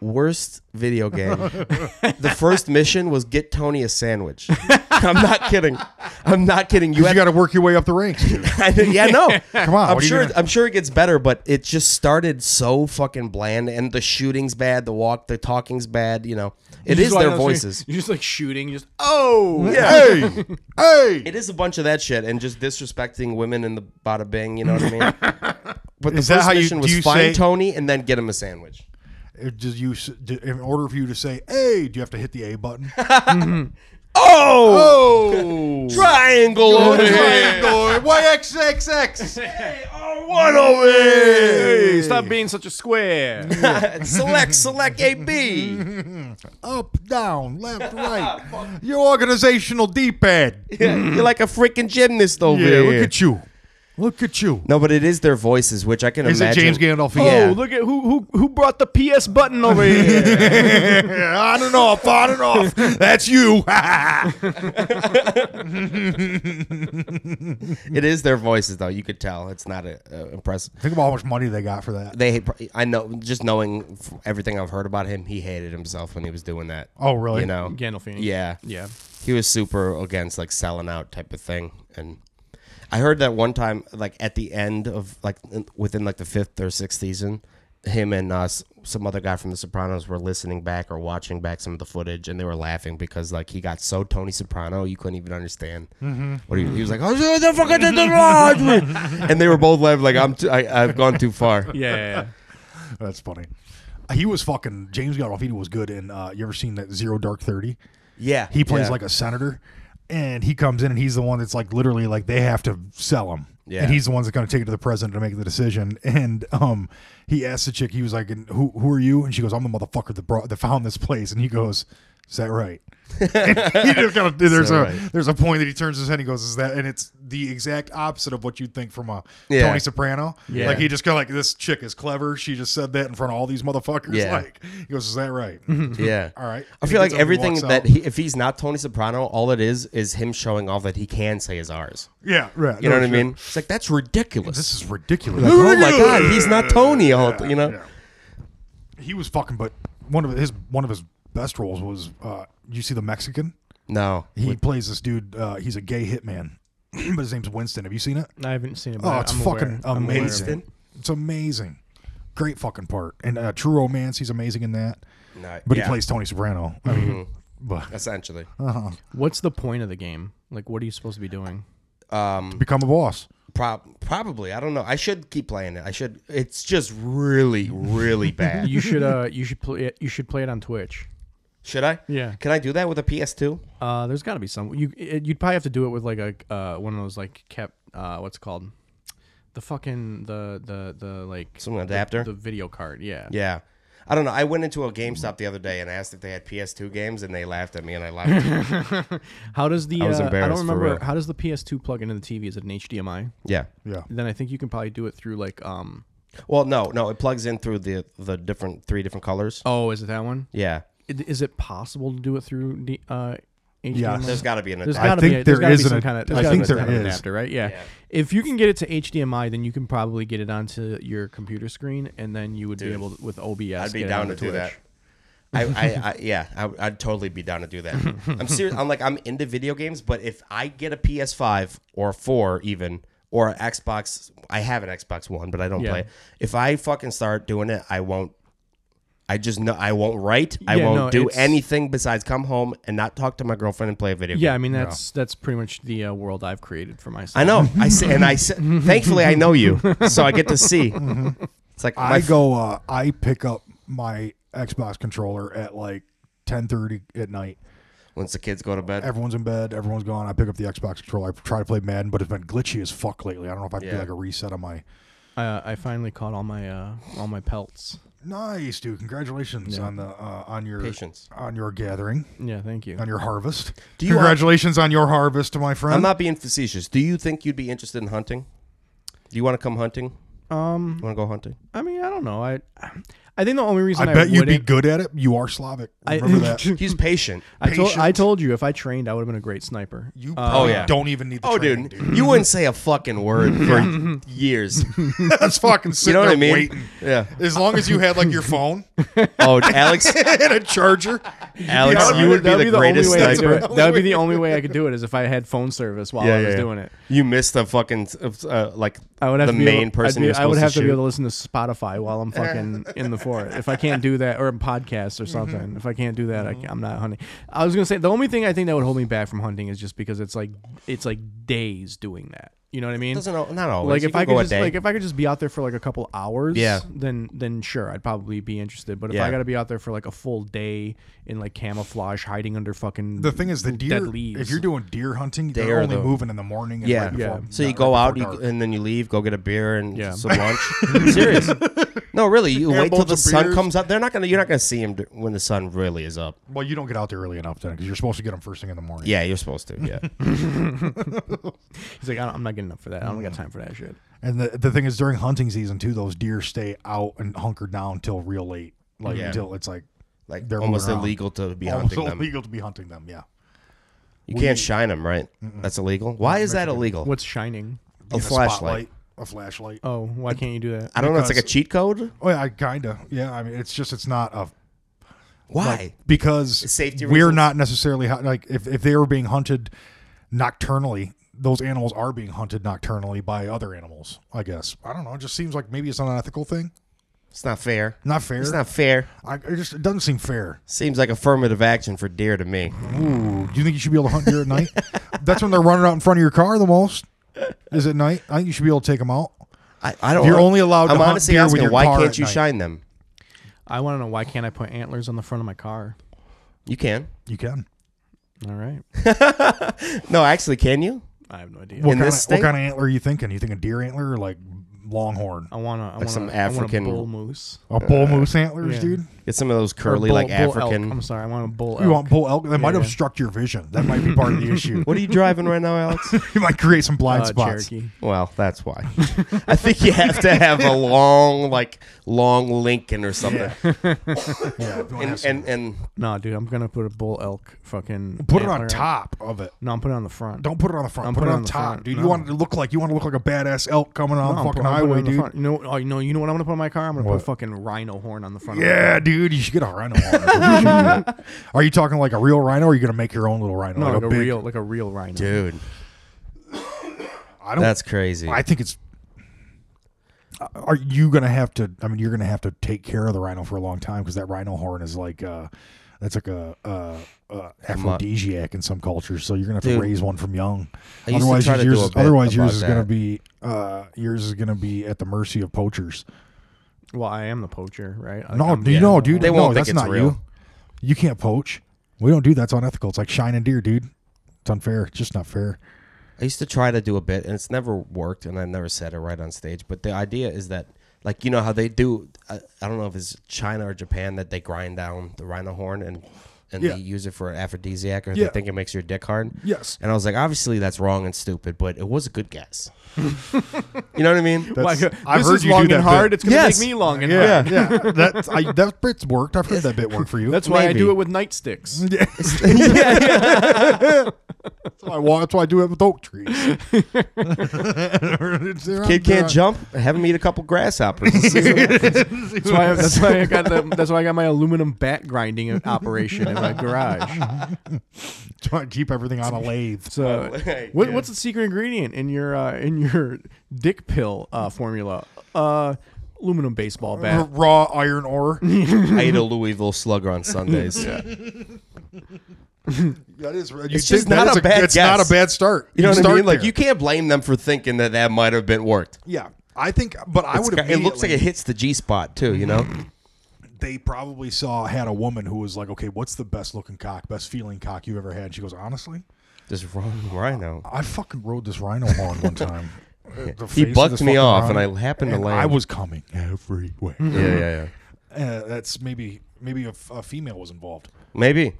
S4: Worst video game. the first mission was get Tony a sandwich. I'm not kidding. I'm not kidding. You
S3: You,
S4: had
S3: got to work your way up the ranks. Dude.
S4: yeah, no.
S3: Come on,
S4: I'm
S3: what are you
S4: sure.
S3: gonna-
S4: I'm sure it gets better, but it just started so fucking bland, and the shooting's bad, the walk, the talking's bad. You know, it is their voices.
S2: You're just like shooting. You're just oh
S3: Hey, hey.
S4: It is a bunch of that shit, and just disrespecting women in the bada bing. You know what I mean? But the
S3: Is that
S4: first
S3: how you-
S4: mission
S3: do
S4: was
S3: you
S4: find
S3: say-
S4: Tony and then get him a sandwich.
S3: It just you s- d- in order for you to say "Hey," do you have to hit the A button?
S4: Oh,
S3: Oh,
S4: triangle over here.
S3: YXXX.
S4: One over here.
S2: Stop being such a square.
S4: select, select AB.
S3: Up, down, left, right. Your organizational D-pad.
S4: Yeah, You're like a freaking gymnast over
S3: Yeah,
S4: here.
S3: look at you. Look at you.
S4: no, but it is their voices, which I can
S3: Is it
S4: imagine.
S3: James Gandolfini?
S4: Yeah.
S2: Oh, look at who who who brought the PS button over here.
S3: Yeah, on and off, on and off. That's you.
S4: It is their voices, though. You could tell it's not a, uh, impressive.
S3: Think about how much money they got for that.
S4: They, hate- I know, just knowing f- everything I've heard about him, he hated himself when he was doing that.
S3: Oh, really?
S4: You know,
S2: Gandolfini.
S4: Yeah,
S2: Yeah.
S4: He was super against like selling out type of thing, and I heard that one time, like at the end of like in- within like the fifth or sixth season, him and us, some other guy from The Sopranos, were listening back or watching back some of the footage, and they were laughing because like he got so Tony Soprano, you couldn't even understand
S3: Mm-hmm.
S4: what he, he was like. "Oh, so the fuck I did the lodge with-" and they were both laughing like I'm, too, I, I've gone too far.
S2: Yeah, yeah,
S3: That's funny. He was fucking James Gandolfini was good in. Uh, you ever seen that Zero Dark Thirty?
S4: Yeah,
S3: He plays
S4: yeah.
S3: like a senator, and he comes in and he's the one that's like literally like they have to sell him.
S4: Yeah.
S3: And he's the one's going to take it to the president to make the decision. And um, he asked the chick, he was like, "And "Who who are you?" And she goes, "I'm the motherfucker that brought that found this place." And he goes, "Is that right?" And he just kind of, there's a
S4: right?
S3: there's a point that he turns his head. And he goes, "Is that?" And it's the exact opposite of what you'd think from a
S4: Yeah.
S3: Tony Soprano.
S2: Yeah.
S3: Like he just kind of like this chick is clever. She just said that in front of all these motherfuckers.
S4: Yeah.
S3: Like he goes, "Is that right?"
S4: Yeah.
S3: Mm-hmm. All right.
S4: I
S3: And he
S4: feel like
S3: gets up and
S4: everything
S3: walks
S4: that
S3: out.
S4: he, if he's not Tony Soprano, all it is is him showing off that he can say is ours.
S3: yeah, right.
S4: You know
S3: No,
S4: what I
S3: sure.
S4: mean? It's like that's ridiculous.
S3: This is ridiculous.
S4: oh my god, he's not Tony. All you know.
S3: He was fucking, but one of his one of his best roles was uh you see the Mexican.
S4: No.
S3: He plays this dude. Uh, he's a gay hitman, but his name's Winston. Have you seen it?
S2: I haven't seen it. But
S3: Oh, it's
S2: I'm
S3: fucking
S2: aware. I'm aware of
S3: amazing.
S2: it.
S3: It's amazing. Great fucking part. And uh, True Romance, he's amazing in that.
S4: No,
S3: But
S4: yeah,
S3: he plays Tony Soprano. I mean,
S2: Mm-hmm.
S3: but
S4: essentially.
S2: What's the point of the game? Like, what are you supposed to be doing?
S4: Um,
S3: become a boss.
S4: prob- probably. I don't know. I should keep playing it. I should. It's just really, really bad.
S2: You should uh, you should play it. You should play it on Twitch.
S4: should I?
S2: Yeah.
S4: Can I do that with a PS2?
S2: Uh, there's got to be some. You it, you'd probably have to do it with like a uh, one of those like kept uh, what's it called the fucking the the the like
S4: Some adapter?
S2: the, video card. Yeah.
S4: Yeah. I don't know. I went into a GameStop the other day and asked if they had PS2 games, and they laughed at me, and I laughed.
S2: How does the I,
S4: was
S2: uh, I
S4: embarrassed
S2: don't
S4: for
S2: remember
S4: real.
S2: how does the PS2 plug into the TV? Is it an HDMI?
S4: yeah.
S3: Yeah.
S2: Then I think you can probably do it through like um.
S4: Well, no, no. It plugs in through the the different three different colors.
S2: Oh, is it that one?
S4: Yeah.
S2: i- is it possible to do it through the uh, HDMI?
S3: Yes.
S4: There's got to be an
S2: There's
S3: I
S4: adapter.
S2: gotta be,
S3: think
S2: a- there's
S3: there
S2: gotta
S3: is
S2: be
S3: an
S2: some
S3: ad-
S2: kind of.
S3: I
S2: There's gotta
S3: think
S2: be some
S3: there
S2: kind of
S3: is.
S2: adapter, right? Yeah.
S4: Yeah.
S2: If you can get it to HDMI, then you can probably get it onto your computer screen, and then you would be
S4: Dude,
S2: able to, with OBS.
S4: I'd be
S2: get it
S4: down
S2: onto
S4: to do
S2: Twitch.
S4: that. I, I, I yeah, I, would- I'd totally be down to do that. I'm serious. I'm like I'm into video games, but if I get a PS5 or a four even or an Xbox, I have an Xbox One, but I don't
S2: Yeah.
S4: play it. If I fucking start doing it, I won't. I just know I won't write. I
S2: Yeah,
S4: won't
S2: no,
S4: do
S2: it's-
S4: anything besides come home and not talk to my girlfriend and play a video. game.
S2: Yeah, I mean that's that's pretty much the uh, world I've created for myself.
S4: I know. I say, and I say, thankfully I know you, so I get to see. It's like my
S3: I go. Uh, I pick up my Xbox controller at like ten thirty at night.
S4: once the kids go to bed.
S3: Everyone's in bed. Everyone's gone. I pick up the Xbox controller. I try to play Madden, but it's been glitchy as fuck lately. I don't know if I can do
S4: Yeah.
S3: like a reset on my.
S2: Uh, I finally caught all my uh, all my pelts.
S3: Nice, dude! Congratulations on the uh, on your
S4: Patience.
S3: on your gathering,
S2: Yeah, thank you.
S3: on your harvest.
S4: Do you-
S3: Congratulations on your harvest, my friend.
S4: I'm not being facetious. Do you think you'd be interested in hunting? Do you want to come hunting?
S2: Um,
S4: You want to go hunting?
S2: I mean, I don't know. I I think the only reason I,
S3: I bet you'd be
S2: wouldn't-
S3: good at it. You are Slavic.
S2: I-
S3: Remember that.
S4: He's patient.
S2: I told I
S3: patient.
S2: told you if I trained, I would have been a great sniper.
S3: You
S2: Uh,
S3: probably
S4: Oh, yeah.
S3: don't even need the
S4: Oh,
S3: training,
S4: dude, you wouldn't say a fucking word for years.
S3: That's fucking
S4: You
S3: sitting
S4: know what
S3: there
S4: I mean?
S3: waiting.
S4: Yeah.
S3: As long as you had like your phone
S4: Oh, Alex,
S3: and a charger,
S4: Alex,
S3: Yeah,
S4: you would be
S2: that'd
S4: the greatest
S2: E only way I could do
S4: sniper.
S2: it. That would be the only way I could do it is if I had phone service while
S4: Yeah,
S2: I
S4: yeah,
S2: was
S4: yeah.
S2: doing it.
S4: You missed the fucking uh, like
S2: I would have
S4: the
S2: to be
S4: main
S2: able,
S4: person.
S2: I'd be,
S4: you're
S2: I would
S4: supposed
S2: have to,
S4: to
S2: be
S4: shoot.
S2: able to listen to Spotify while I'm fucking in the forest. If I can't do that, or podcasts
S4: Mm-hmm.
S2: or something. If I can't do that, I, am not hunting. I was gonna say the only thing I think that would hold me back from hunting is just because it's like it's like days doing that. You know what I mean?
S4: Doesn't al- not always.
S2: Like
S4: You
S2: if
S4: can
S2: I could
S4: go a
S2: just
S4: day.
S2: like if I could just be out there for like a couple hours,
S4: Yeah.
S2: then then sure I'd probably be interested. But if I
S4: Yeah.
S2: got to be out there for like a full day in like camouflage, hiding under fucking
S3: the thing is the deer.
S2: dead leaves.
S3: If you're doing deer hunting,
S4: They
S3: they're,
S4: are
S3: only
S4: the-
S3: moving in the morning. And
S4: Yeah.
S3: right before-
S2: Yeah.
S4: So you
S3: right
S4: go
S3: before
S4: out you,
S3: dark.
S4: and then you leave, go get a beer and
S2: Yeah.
S4: some lunch. Serious? No, really. You wait till
S3: both
S4: the
S3: of
S4: sun
S3: beers.
S4: comes up. They're not gonna. You're not gonna see them when the sun really is up.
S3: well, you don't get out there early enough then because you're supposed to get them first thing in the morning.
S4: Yeah, you're supposed to. Yeah.
S2: he's like I don't, I'm not getting up for that. I don't
S4: Mm.
S2: got time for that shit.
S3: And the, the thing is, during hunting season too, those deer stay out and hunkered down till real late, like
S4: Yeah.
S3: until it's like
S4: like
S3: They're
S4: almost
S3: moving around.
S4: illegal to be
S3: almost
S4: hunting them.
S3: illegal to be hunting them. Yeah,
S4: You can't shine them, right? That's illegal. Why is that illegal?
S2: What's shining?
S4: a
S3: In
S4: flashlight?
S3: spotlight, a flashlight.
S2: Oh, why can't you do that?
S4: I don't know. It's like a
S3: Because-
S4: cheat code.
S3: Oh yeah, I kinda. Yeah, I mean, it's just it's not a
S4: Why?
S3: like, because
S4: Safety
S3: We're
S4: reasons?
S3: not necessarily hu- like if if they were being hunted nocturnally. Those animals are being hunted nocturnally by other animals. I guess I don't know. It just seems like maybe it's an unethical thing.
S4: it's not fair.
S3: Not fair.
S4: It's not fair.
S3: I, it just it doesn't seem fair.
S4: Seems like affirmative action for deer to me.
S3: Ooh, do you think you should be able to hunt deer at night? That's when they're running out in front of your car the most. Is it night? I think you should be able to take them out.
S4: I, I don't.
S3: You're
S4: want-
S3: only allowed to
S4: I'm
S3: hunt
S4: honestly
S3: deer with
S4: asking,
S3: your
S4: why
S3: car
S4: can't
S3: at
S4: you
S3: night.
S4: shine them?
S2: I want to know why can't I put antlers on the front of my car?
S4: You can.
S3: You can.
S2: All right,
S4: No, actually, can you?
S2: I have no idea.
S3: What
S4: In
S3: kind,
S4: this
S3: of,
S4: state?
S3: what kind of antler are you thinking? You think a deer antler or like longhorn?
S2: I want to. I want
S4: some
S2: I
S4: African-
S2: want a bull moose.
S3: A bull moose antlers,
S2: Uh, yeah.
S3: dude.
S4: Get some of those
S2: Or
S4: curly,
S2: bull-
S4: like
S2: bull elk.
S4: African.
S2: I'm sorry, I want a bull.
S3: You
S2: elk.
S3: want bull elk? That might
S2: Yeah.
S3: obstruct your vision. That might be part of the issue.
S4: What are you driving right now, Alex?
S3: You might create some blind
S2: uh,
S3: spots.
S2: Cherokee.
S4: well, that's why. I think you have to have a long, like long Lincoln or something.
S3: Yeah, if you wanna have
S4: And,
S3: some-
S4: and and
S2: No, dude, I'm gonna put a bull elk fucking.
S3: put it on
S2: antler
S3: top of it.
S2: No, I'm putting it on the front.
S3: Don't put it on the front.
S2: Don't
S3: put,
S2: put
S3: it
S2: it
S3: on,
S2: on the
S3: top,
S2: front.
S3: dude. You
S2: No.
S3: want it to look like you want to look like a badass elk coming on
S2: No,
S3: the
S2: I'm
S3: fucking
S2: put- I'm putting it
S3: highway,
S2: on the
S3: dude.
S2: front. You know, oh, you know, you know what I'm gonna put on my car? I'm gonna put a fucking rhino horn on the front. of
S3: Yeah, dude, you should get a rhino. horn. are you talking like a real rhino, or are you gonna make your own little rhino?
S2: my car. no, like, a
S3: big-
S2: real, like a real rhino.
S4: dude,
S3: I don't.
S4: that's crazy.
S3: I think it's. uh, Are you gonna have to? I mean, you're gonna have to take care of the rhino for a long time because that rhino horn is like, uh, that's like a, uh uh aphrodisiac in some cultures. So you're gonna have to
S4: Dude.
S3: raise one from young.
S4: I used to
S3: Otherwise,
S4: try to do
S3: yours,
S4: a
S3: is-
S4: bit
S3: otherwise
S4: about
S3: yours is gonna
S4: that.
S3: be, uh, yours is gonna be at the mercy of poachers.
S2: Well, I am the poacher, right? Like,
S3: No,
S2: I'm-
S3: do
S4: yeah.
S3: you know, dude?
S4: They
S3: no,
S4: won't think
S3: that's not
S4: it's
S3: you.
S4: real.
S3: You can't poach. We don't do that. It's unethical. It's like shining deer, dude. It's unfair. It's just not fair.
S4: I used to try to do a bit, and it's never worked, and I never said it right on stage. But the idea is that, like, you uh, know how they do, I, I don't know if it's China or Japan that they grind down the rhino horn and and
S3: Yeah.
S4: they use it for an aphrodisiac or
S3: Yeah.
S4: they think it makes your dick hard.
S3: Yes.
S4: And I was like, obviously that's wrong and stupid, but it was a good guess. you know what I mean?
S2: Why-
S3: That's-
S2: this
S3: I've heard
S2: is
S3: you do
S2: long
S3: that
S2: and hard.
S3: bit.
S2: It's gonna
S4: Yes.
S2: take me long and hard.
S3: Yeah, yeah. That I, that bit's worked. I've heard that bit work for you.
S2: That's why I do
S4: Maybe.
S2: it with nightsticks.
S3: That's why I, wa- that's why I do it with oak trees. Kid
S4: Kid can't jump. Have him eat a couple grasshoppers. Let's see what happens.
S2: That's why. I, that's why I got. The, that's why I got my aluminum bat grinding operation in my garage.
S3: Try to keep everything on a lathe.
S2: So,
S4: way.
S2: what, what's the secret ingredient in your uh, in your dick pill uh, formula? Uh, aluminum baseball
S3: R-
S2: bat.
S3: raw iron ore.
S4: I ate a Louisville slugger on Sundays.
S3: that is. You
S4: It's
S3: think
S4: just
S3: that
S4: not
S3: is
S4: a bad
S3: It's not
S4: guess.
S3: a bad start.
S4: You know what I
S3: start
S4: mean? Like
S3: there.
S4: you can't blame them for thinking that that might have been worked.
S3: Yeah, I think. But I
S4: It's
S3: would.
S4: got- it looks like it hits the G spot too. You know?
S3: they probably saw had a woman who was like, okay, what's the best looking cock, best feeling cock you've ever had? She goes, honestly,
S4: Just wrong rhino.
S3: I fucking rode this rhino horn one time. The face
S4: He
S3: of
S4: bucked
S3: this
S4: me
S3: fucking
S4: off,
S3: rhino-
S4: and I happened to
S3: and
S4: land.
S3: I was coming everywhere.
S4: Yeah, yeah, yeah.
S3: Uh, that's maybe maybe a, f- a female was involved.
S4: Maybe.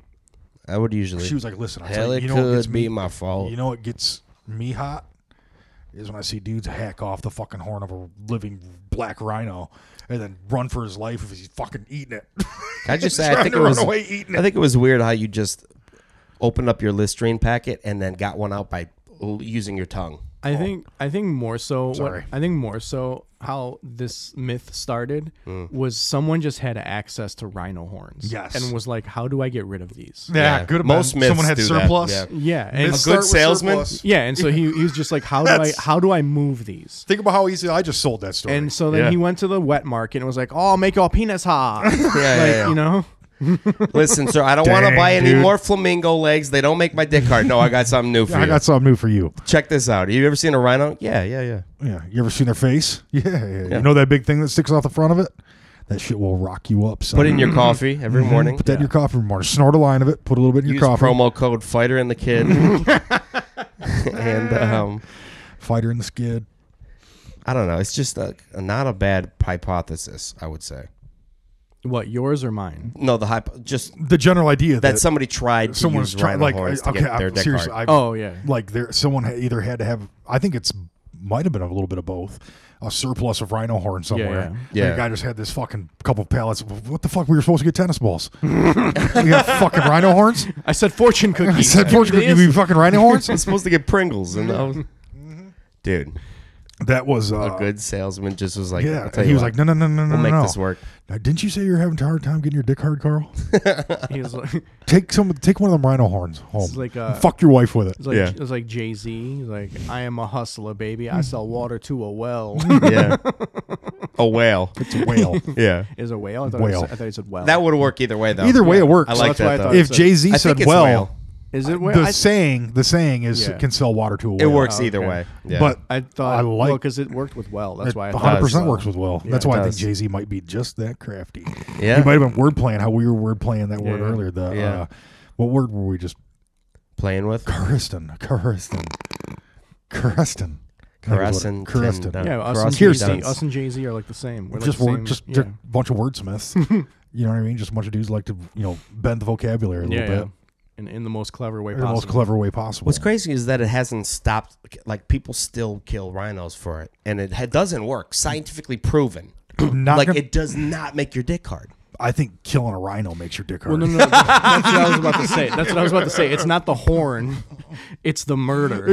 S4: I would usually.
S3: She was like, "Listen, I was
S4: Hell,
S3: like,
S4: it
S3: you know what
S4: could
S3: gets me,
S4: be my fault.
S3: You know what gets me hot is when I see dudes hack off the fucking horn of a living black rhino and then run for his life if he's fucking eating it.
S4: I just say, I
S3: Trying
S4: think
S3: to
S4: it
S3: run
S4: was.
S3: away eating
S4: I think it was weird how you just opened up your Listerine packet and then got one out by l- using your tongue.
S2: I think I think more so. What,
S3: Sorry.
S2: I think more so how this myth started was someone just had access to rhino horns.
S3: Yes.
S2: and was like, how do I get rid of these?
S3: yeah,
S4: Yeah.
S3: good.
S4: Most
S3: man. Someone
S4: myths
S3: had
S4: do that,
S3: surplus.
S4: yeah.
S2: Yeah, and
S3: Myths
S4: A good
S3: start with
S4: salesman?
S3: surplus.
S2: yeah, and so he, he was just like, how do I
S3: That's-
S2: how do I move these?
S3: Think about how easy I just sold that story.
S2: And so then
S4: Yeah.
S2: he went to the wet market and was like, oh, I'll make y'all penis hot. like,
S4: yeah, yeah.
S2: you know.
S4: Listen, sir, I don't want to
S3: Dang,
S4: buy any
S3: dude.
S4: more flamingo legs. They don't make my dick hard. No, I got something new for
S3: I
S4: you.
S3: got something new for you.
S4: Check this out. Have you ever seen a rhino? Yeah, yeah, yeah.
S3: Yeah, you ever seen their face? Yeah, yeah, yeah. You know that big thing that sticks off the front of it? That shit will rock you up. Son.
S4: Put it in your coffee every morning.
S3: Mm-hmm. Put that in your coffee more. Snort a line of it. Put a little bit in
S4: Use
S3: your coffee.
S4: promo code fighter and the kid. and um,
S3: Fighter in the skid.
S4: I don't know. It's just a, not a bad hypothesis, I would say.
S2: What yours or mine?
S4: No, the hypo- just
S3: The general idea
S4: that
S3: that,
S4: somebody tried to
S3: someone's
S4: use
S3: trying,
S4: rhino
S3: like,
S4: horns
S3: I-
S4: to
S3: okay,
S4: get their
S3: I'm,
S4: dick
S3: seriously,
S4: hard.
S3: I,
S2: Oh yeah,
S3: like there, someone had, either had to have. I think it's might have been a little bit of both. A surplus of rhino horn somewhere.
S4: yeah.
S3: Like,
S4: Yeah.
S3: The guy just had this fucking couple pallets. of- What the fuck? We were supposed to get tennis balls. we got fucking rhino horns.
S2: I said fortune cookies.
S3: I said, Portugal, give me fucking rhino horns.
S4: I'm supposed to get Pringles, and I was,
S3: Mm-hmm.
S4: dude,
S3: That was
S4: a
S3: uh,
S4: Oh, good salesman just was like,
S3: Yeah,
S4: I'll tell
S3: he
S4: you
S3: was
S4: what,
S3: like, no, no, no, no, no,
S4: we'll make
S3: no.
S4: this work.
S3: Now, didn't you say you were having a hard time getting your dick hard, Carl?
S2: He was like, it
S3: take some, take one of them rhino horns home.
S2: It's like,
S3: and
S2: uh,
S3: fuck your wife with it.
S2: was like,
S4: Yeah.
S2: it was like Jay Z. Like I am a hustler, baby. I sell
S3: Hmm.
S2: water to a well.
S4: Yeah, a whale.
S3: It's a whale.
S4: Yeah,
S2: Is a whale? I thought,
S3: Whale.
S2: It, said, I thought it said well.
S4: that would work either way, though.
S3: Either way,
S4: Yeah.
S3: it works.
S4: I
S2: So
S4: like
S2: that's why I
S4: that.
S2: thought
S4: though.
S2: it
S3: if Jay Z
S4: I
S3: said
S4: think it's
S3: well,
S4: whale.
S2: is it well?
S3: the
S2: I,
S3: saying the saying is
S2: Yeah.
S3: can sell water to a whale.
S4: it works
S2: Oh,
S4: either
S2: okay.
S4: way. Yeah.
S3: but
S2: I thought
S3: I like-
S2: because it worked with well. That's
S3: it
S2: why I
S3: 100
S2: thought.
S3: percent
S4: well.
S3: works with well. That's
S4: it
S3: why I
S4: does.
S3: think Jay Z might be just that crafty.
S4: Yeah.
S3: he might have been word playing how we were word playing that word
S2: Yeah.
S3: earlier. The
S4: Yeah.
S3: uh, what word were we just
S4: playing with
S3: Kirsten, Kirsten, Kirsten,
S4: Caressing,
S3: Kirsten.
S2: Yeah, us and,
S4: Cross
S2: Jay Z,
S4: dance.
S2: us and Jay Z are like the same. We're like
S3: just
S2: the
S3: word,
S2: same-
S3: just
S2: yeah.
S3: just a bunch of wordsmiths. you know what I mean? Just a bunch of dudes like to you know bend the vocabulary a little
S2: yeah, yeah.
S3: bit
S2: In, in the most clever way
S3: in the most
S2: possible.
S3: clever way possible.
S4: What's crazy is that it hasn't stopped. Like people still kill rhinos for it, and it ha- doesn't work. Scientifically proven.
S3: Not
S4: like
S3: gonna-
S4: it does not make your dick hard.
S3: I think killing a rhino makes your dick hard.
S2: Well, no, no, no, that's what I was about to say. That's what I was about to say. It's not the horn, it's the murder.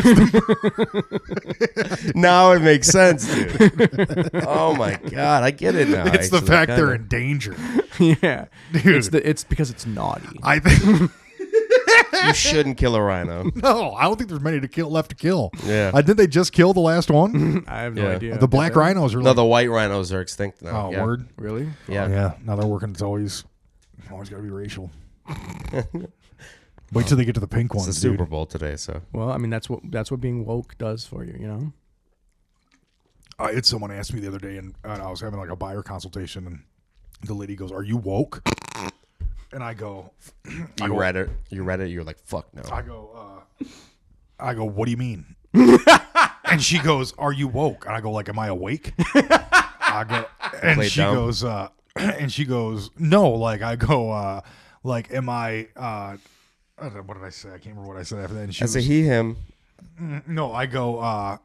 S4: now it makes sense, dude. oh my god, I get it now.
S3: it's the
S4: actually,
S3: fact
S4: kinda.
S3: they're in danger.
S2: yeah, it's
S3: Dude.
S2: the it's because it's naughty.
S3: I think
S4: You shouldn't kill a rhino.
S3: no, I don't think there's many to kill left to kill.
S4: Yeah.
S3: I didn't they just kill the last one?
S2: I have no
S4: Yeah.
S2: idea.
S3: the black rhinos are
S4: No,
S3: like,
S4: the white rhinos are extinct now.
S3: oh,
S4: yeah.
S3: word. Oh,
S2: Really?
S4: Yeah.
S3: Yeah, now they're working. It's always always got to be racial. Wait till they get to the pink
S4: It's
S3: ones,
S4: the
S3: dude.
S4: Super Bowl today, so
S2: Well, I mean that's what that's what being woke does for you. You know.
S3: I had Uh, someone ask me the other day, and, and I was having like a buyer consultation, and the lady goes, "Are you woke?" And I go,
S4: you read it. You read it. You're like, fuck no.
S3: I go, uh, I go, what do you mean? and she goes, are you woke? And I go, like, am I awake? I go, and
S4: Played
S3: she
S4: dumb.
S3: goes, uh, and she goes, no, like, I go, uh, Like, am I? Uh, I don't know, what did I say? I can't remember what I said after that. And she
S4: As a
S3: was-
S4: he him.
S3: no, I go. Uh,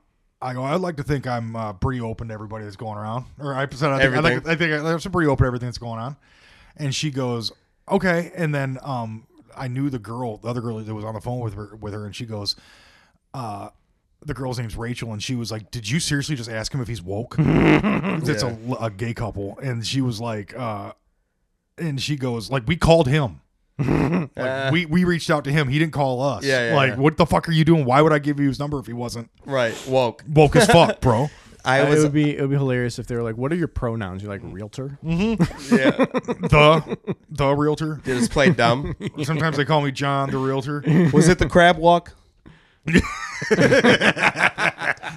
S3: I go. I'd like to think I'm uh, pretty open to everybody that's going around. Or I said I think I, like,
S4: Everything.
S3: I think I, I'm pretty open to everything that's going on. And she goes, okay. And then um, I knew the girl, the other girl that was on the phone with her, with her, and she goes, uh, the girl's name's Rachel, and she was like, "Did you seriously just ask him if he's woke?" It's a, a gay couple, and she was like, uh, and she goes, like, we called him. Like
S4: Uh.
S3: we, we reached out to him. He didn't call us.
S4: Yeah, yeah,
S3: like
S4: yeah.
S3: what the fuck are you doing? Why would I give you his number if he wasn't
S4: Right. Woke.
S3: woke as fuck, bro?
S4: I
S2: it
S4: was.
S2: would be it would be hilarious if they were like, "What are your pronouns?" You're like, "Realtor."
S4: yeah.
S3: The the realtor.
S4: They just played dumb.
S3: Sometimes they call me John the realtor.
S4: was it the crab walk?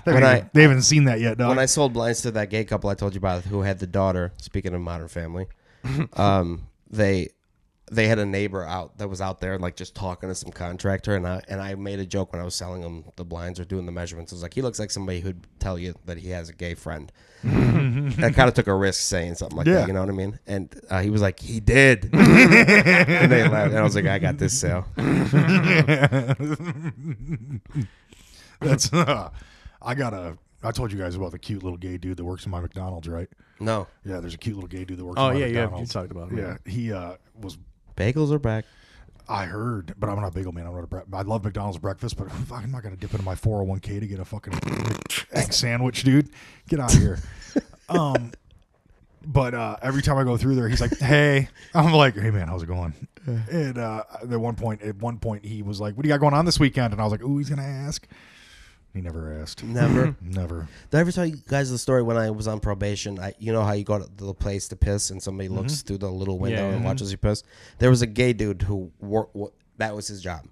S4: when I
S3: they haven't seen that yet, dog.
S4: when I sold blinds to that gay couple I told you about who had the daughter, speaking of modern family, um, they they had a neighbor out that was out there like just talking to some contractor and I and I made a joke when I was selling him the blinds or doing the measurements. I was like, he looks like somebody who'd tell you that he has a gay friend. And I kind of took a risk saying something like
S3: Yeah.
S4: that, you know what I mean? And uh, he was like, he did. and they laughed, and I was like, I got this sale.
S3: That's uh, I got a. I told you guys about the cute little gay dude that works in my McDonald's, right?
S4: No,
S3: Yeah, there's a cute little gay dude that works.
S2: Oh
S3: in my
S2: yeah, you, have, you
S3: McDonald's.
S2: talked about it.
S3: Yeah, he uh, was.
S4: bagels are back.
S3: I heard, but I'm not a bagel man. I'm not a bre- I love McDonald's breakfast, but fuck, I'm not gonna dip into my 401k to get a fucking egg sandwich, dude. Get out of here. Um, but uh, every time I go through there, he's like, "Hey," I'm like, "Hey man, how's it going?" And uh, at one point, at one point, he was like, "What do you got going on this weekend?" And I was like, "Ooh, he's gonna ask." He never asked.
S4: Never.
S3: Never.
S4: Did I ever tell you guys the story when I was on probation? I, you know how you go to the place to piss and somebody looks
S3: Mm-hmm.
S4: through the little window
S2: Yeah,
S4: and
S2: yeah.
S4: watches you piss? There was a gay dude who worked, that was his job,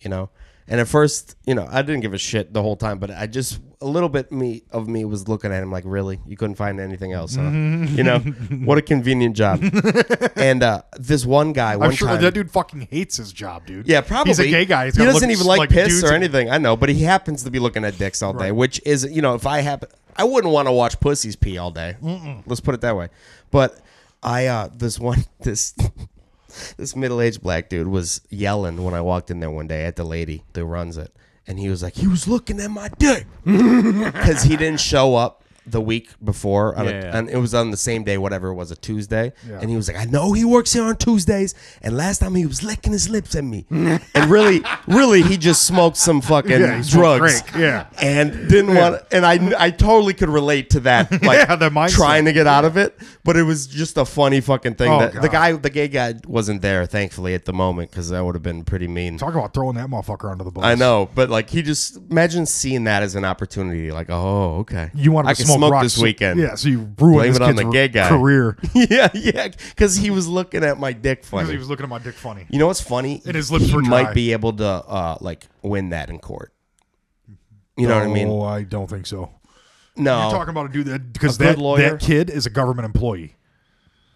S4: you know? And at first, you know, I didn't give a shit the whole time, but I just, a little bit me of me was looking at him like, really? You couldn't find anything else, huh? You know? What a convenient job. and uh, this one guy, one
S3: I'm sure
S4: time.
S3: that dude fucking hates his job, dude.
S4: Yeah, probably.
S3: He's a gay guy. He's
S4: he
S3: gotta
S4: doesn't
S3: look
S4: even like, piss
S3: dudes
S4: or
S3: and-
S4: anything. I know, but he happens to be looking at dicks all day, which is, you know, if I happen, I wouldn't want to watch pussies pee all day. Let's put it that way. But I, uh, this one, this. This middle-aged black dude was yelling when I walked in there one day at the lady that runs it, and he was like, "He was looking at my dick," because he didn't show up the week before, on a-
S2: Yeah.
S4: on- it was on the same day, whatever it was, a Tuesday.
S3: Yeah.
S4: And he was like, I know he works here on Tuesdays. And last time he was licking his lips at me. and really, really, he just smoked some fucking
S3: Yeah, he smoked
S4: drugs.
S3: crack, yeah.
S4: And didn't want, and I, I totally could relate to that. Like,
S3: Yeah, the mindset.
S4: trying to get out of it. But it was just a funny fucking thing.
S3: Oh,
S4: that The
S3: God.
S4: guy, the gay guy wasn't there, thankfully, at the moment, because that would have been pretty mean.
S3: Talk about throwing that motherfucker under the bus.
S4: I know, but like he just imagine seeing that as an opportunity. Like, oh, okay,
S3: You want
S4: I
S3: to
S4: can
S3: smoke, rocks,
S4: this
S3: so-
S4: weekend.
S3: Yeah, so you ruined
S4: Blame
S3: this
S4: it on
S3: kid's
S4: the gay guy.
S3: career
S4: yeah, yeah, because he was looking at my dick
S3: because he
S4: funny.
S3: was looking at my dick funny.
S4: You know what's funny?
S3: And his lips
S4: he
S3: were dry.
S4: might be able to uh, like win that in court. You know what I mean?
S3: Oh, I don't think so.
S4: No,
S3: You're talking about a dude that because
S4: A good
S3: that
S4: lawyer?
S3: that kid is a government employee.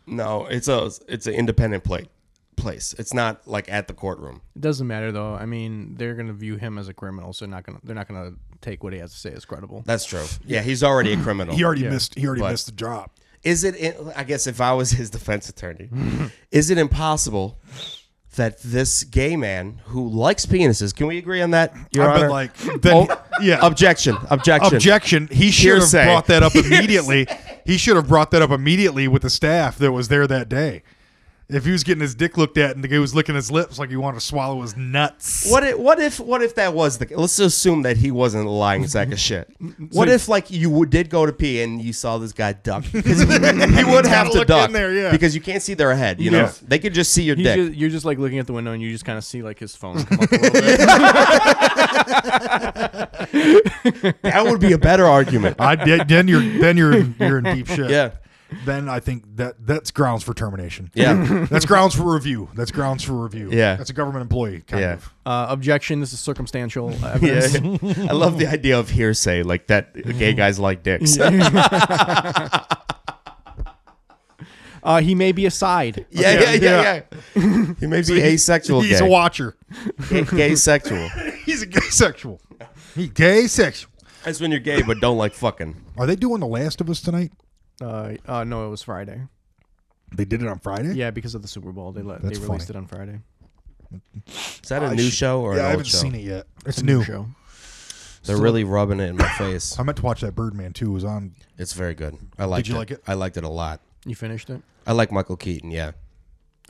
S4: no, it's a it's an independent play, place. It's not like at the courtroom.
S2: It doesn't matter though. I mean, they're gonna view him as a criminal, so they're not gonna they're not gonna take what he has to say as credible.
S4: That's true. Yeah, he's already a criminal.
S3: He already missed. He already
S4: But-
S3: missed the drop.
S4: is it? in- I guess if I was his defense attorney, is it impossible? That this gay man who likes penises, can we agree on that? Your
S3: I've
S4: Honor?
S3: been like, then,
S4: Oh,
S3: yeah,
S4: Objection. Objection.
S3: objection. He should have
S4: Hearsay.
S3: brought that up immediately. He should have brought that up immediately with the staff that was there that day. If he was getting his dick looked at and the guy was licking his lips like he wanted to swallow his nuts.
S4: What if, what if what if that was the let's assume that he wasn't a lying sack of shit. What if like you would, did go to pee and you saw this guy duck? Because he, he would have to
S3: look
S4: duck
S3: in there, yeah.
S4: because you can't see their head. You know
S3: Yeah.
S4: they could just see your
S2: He's
S4: dick.
S2: just, you're just like looking at the window, and you just kind of see like his phone come up a little bit.
S4: that would be a better argument.
S3: I then then you're then you're in, you're in deep shit.
S4: Yeah.
S3: Then I think that that's grounds for termination.
S4: Yeah.
S3: That's grounds for review. That's grounds for review.
S4: Yeah.
S3: That's a government employee kind
S4: Yeah.
S3: of.
S2: Uh, objection. This is circumstantial
S4: Yeah.
S2: evidence.
S4: I love the idea of hearsay, like that gay guys like dicks.
S2: Uh, he may be aside.
S4: Yeah, yeah, yeah, yeah. He may be asexual
S3: He's
S4: gay.
S3: a watcher.
S4: gay, gay sexual.
S3: He's a gay sexual. He gay sexual.
S4: That's when you're gay but don't like fucking.
S3: Are they doing The Last of Us tonight?
S2: Uh, uh, no, it was Friday.
S3: They did it on Friday.
S2: Yeah, because of the Super Bowl, they let
S3: That's
S2: they released
S3: funny.
S2: it on Friday.
S4: Is that a
S3: I
S4: new
S3: sh-
S4: show or
S3: yeah, I
S4: an
S3: haven't
S4: old show?
S3: seen it yet. It's, new.
S2: Show.
S4: They're really rubbing it in my face.
S3: I meant to watch that Birdman too. It was on.
S4: It's very good. I liked
S3: you
S4: it.
S3: like it?
S4: I liked it a lot.
S2: You finished it?
S4: I like Michael Keaton. Yeah,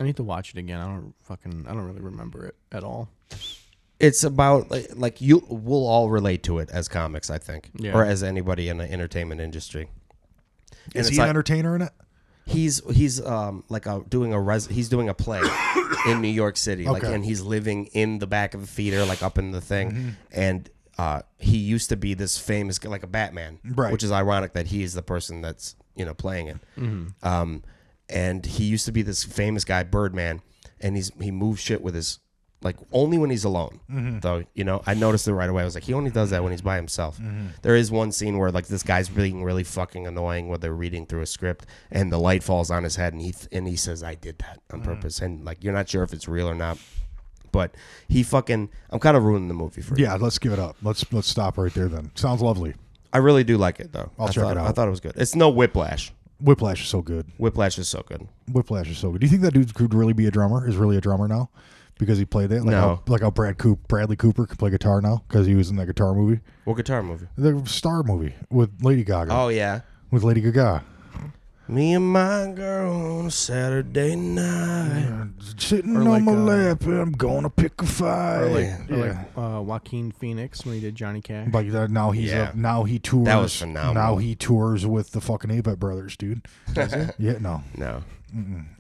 S2: I need to watch it again. I don't fucking I don't really remember it at all.
S4: it's about like, like you. We'll all relate to it as comics, I think,
S2: Yeah.
S4: or as anybody in the entertainment industry. And
S3: Is
S4: it's
S3: he
S4: like-
S3: an entertainer in it?
S4: He's he's um like a doing a res he's doing a play in New York City like
S3: Okay.
S4: and he's living in the back of a theater like up in the thing and uh he used to be this famous g- like a Batman
S3: Right.
S4: which is ironic that he is the person that's you know playing it
S3: Mm-hmm.
S4: um and he used to be this famous guy Birdman and he's he moves shit with his like only when he's alone
S3: Mm-hmm.
S4: though you know I noticed it right away I was like he only does that when he's by himself
S3: Mm-hmm.
S4: There is one scene where like this guy's being really fucking annoying where they're reading through a script and the light falls on his head and he th- and he says I did that
S3: Mm.
S4: on purpose and like you're not sure if it's real or not but he fucking I'm kind of ruining the movie for you
S3: Yeah, let's give it up. Let's let's stop right there then. Sounds lovely.
S4: I really do like it though
S3: I'll
S4: I
S3: check
S4: thought-
S3: it out.
S4: I thought it was good it's no Whiplash
S3: Whiplash is so good.
S4: Whiplash is so good
S3: Whiplash is so good. Do you think that dude could really be a drummer? Is really a drummer now because he played it? Like
S4: No.
S3: How, like how Brad Coop, Bradley Cooper could play guitar now because he was in that guitar movie,
S4: what guitar movie
S3: the Star movie with Lady Gaga.
S4: oh yeah
S3: With Lady Gaga,
S4: me and my girl on a Saturday night
S3: sitting
S2: Or
S3: on
S2: like,
S3: my
S2: uh,
S3: lap, and I'm gonna pick a
S2: Or
S3: fight.
S2: like,
S3: yeah.
S2: or like uh, Joaquin Phoenix when he did Johnny Cash.
S3: But uh, now he's
S4: Yeah.
S3: a, now he tours.
S4: That was phenomenal.
S3: Now he tours with the fucking Avett Brothers, dude. Yeah, no,
S4: no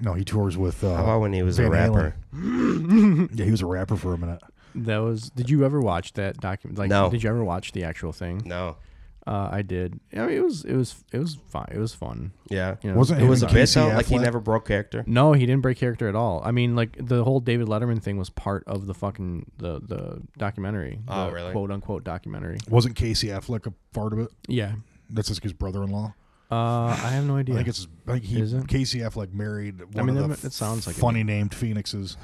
S3: no, he tours with. Uh,
S4: how about when he was a
S3: Van Halen.
S4: rapper
S3: Yeah, he was a rapper for a minute.
S2: that was. Did you ever watch that document? Like,
S4: No.
S2: Did you ever watch the actual thing?
S4: no
S2: Uh, I did. I mean, it was it was it was fine. It was fun.
S4: yeah
S2: You know,
S3: Wasn't
S4: it was a
S3: him and
S4: bit
S3: Casey
S4: though like he
S3: Affleck?
S4: never broke character
S2: No, he didn't break character at all. I mean, like the whole David Letterman thing was part of the fucking the the documentary.
S4: Oh,
S2: the
S4: really?
S2: Quote unquote documentary.
S3: Wasn't Casey Affleck a part of it?
S2: Yeah.
S3: That's just his brother-in-law.
S2: Uh, I have no idea.
S3: I think it's I think he
S2: Is it?
S3: Casey Affleck married. One
S2: mean,
S3: of
S2: that-
S3: the
S2: that sounds like it.
S3: funny named phoenixes.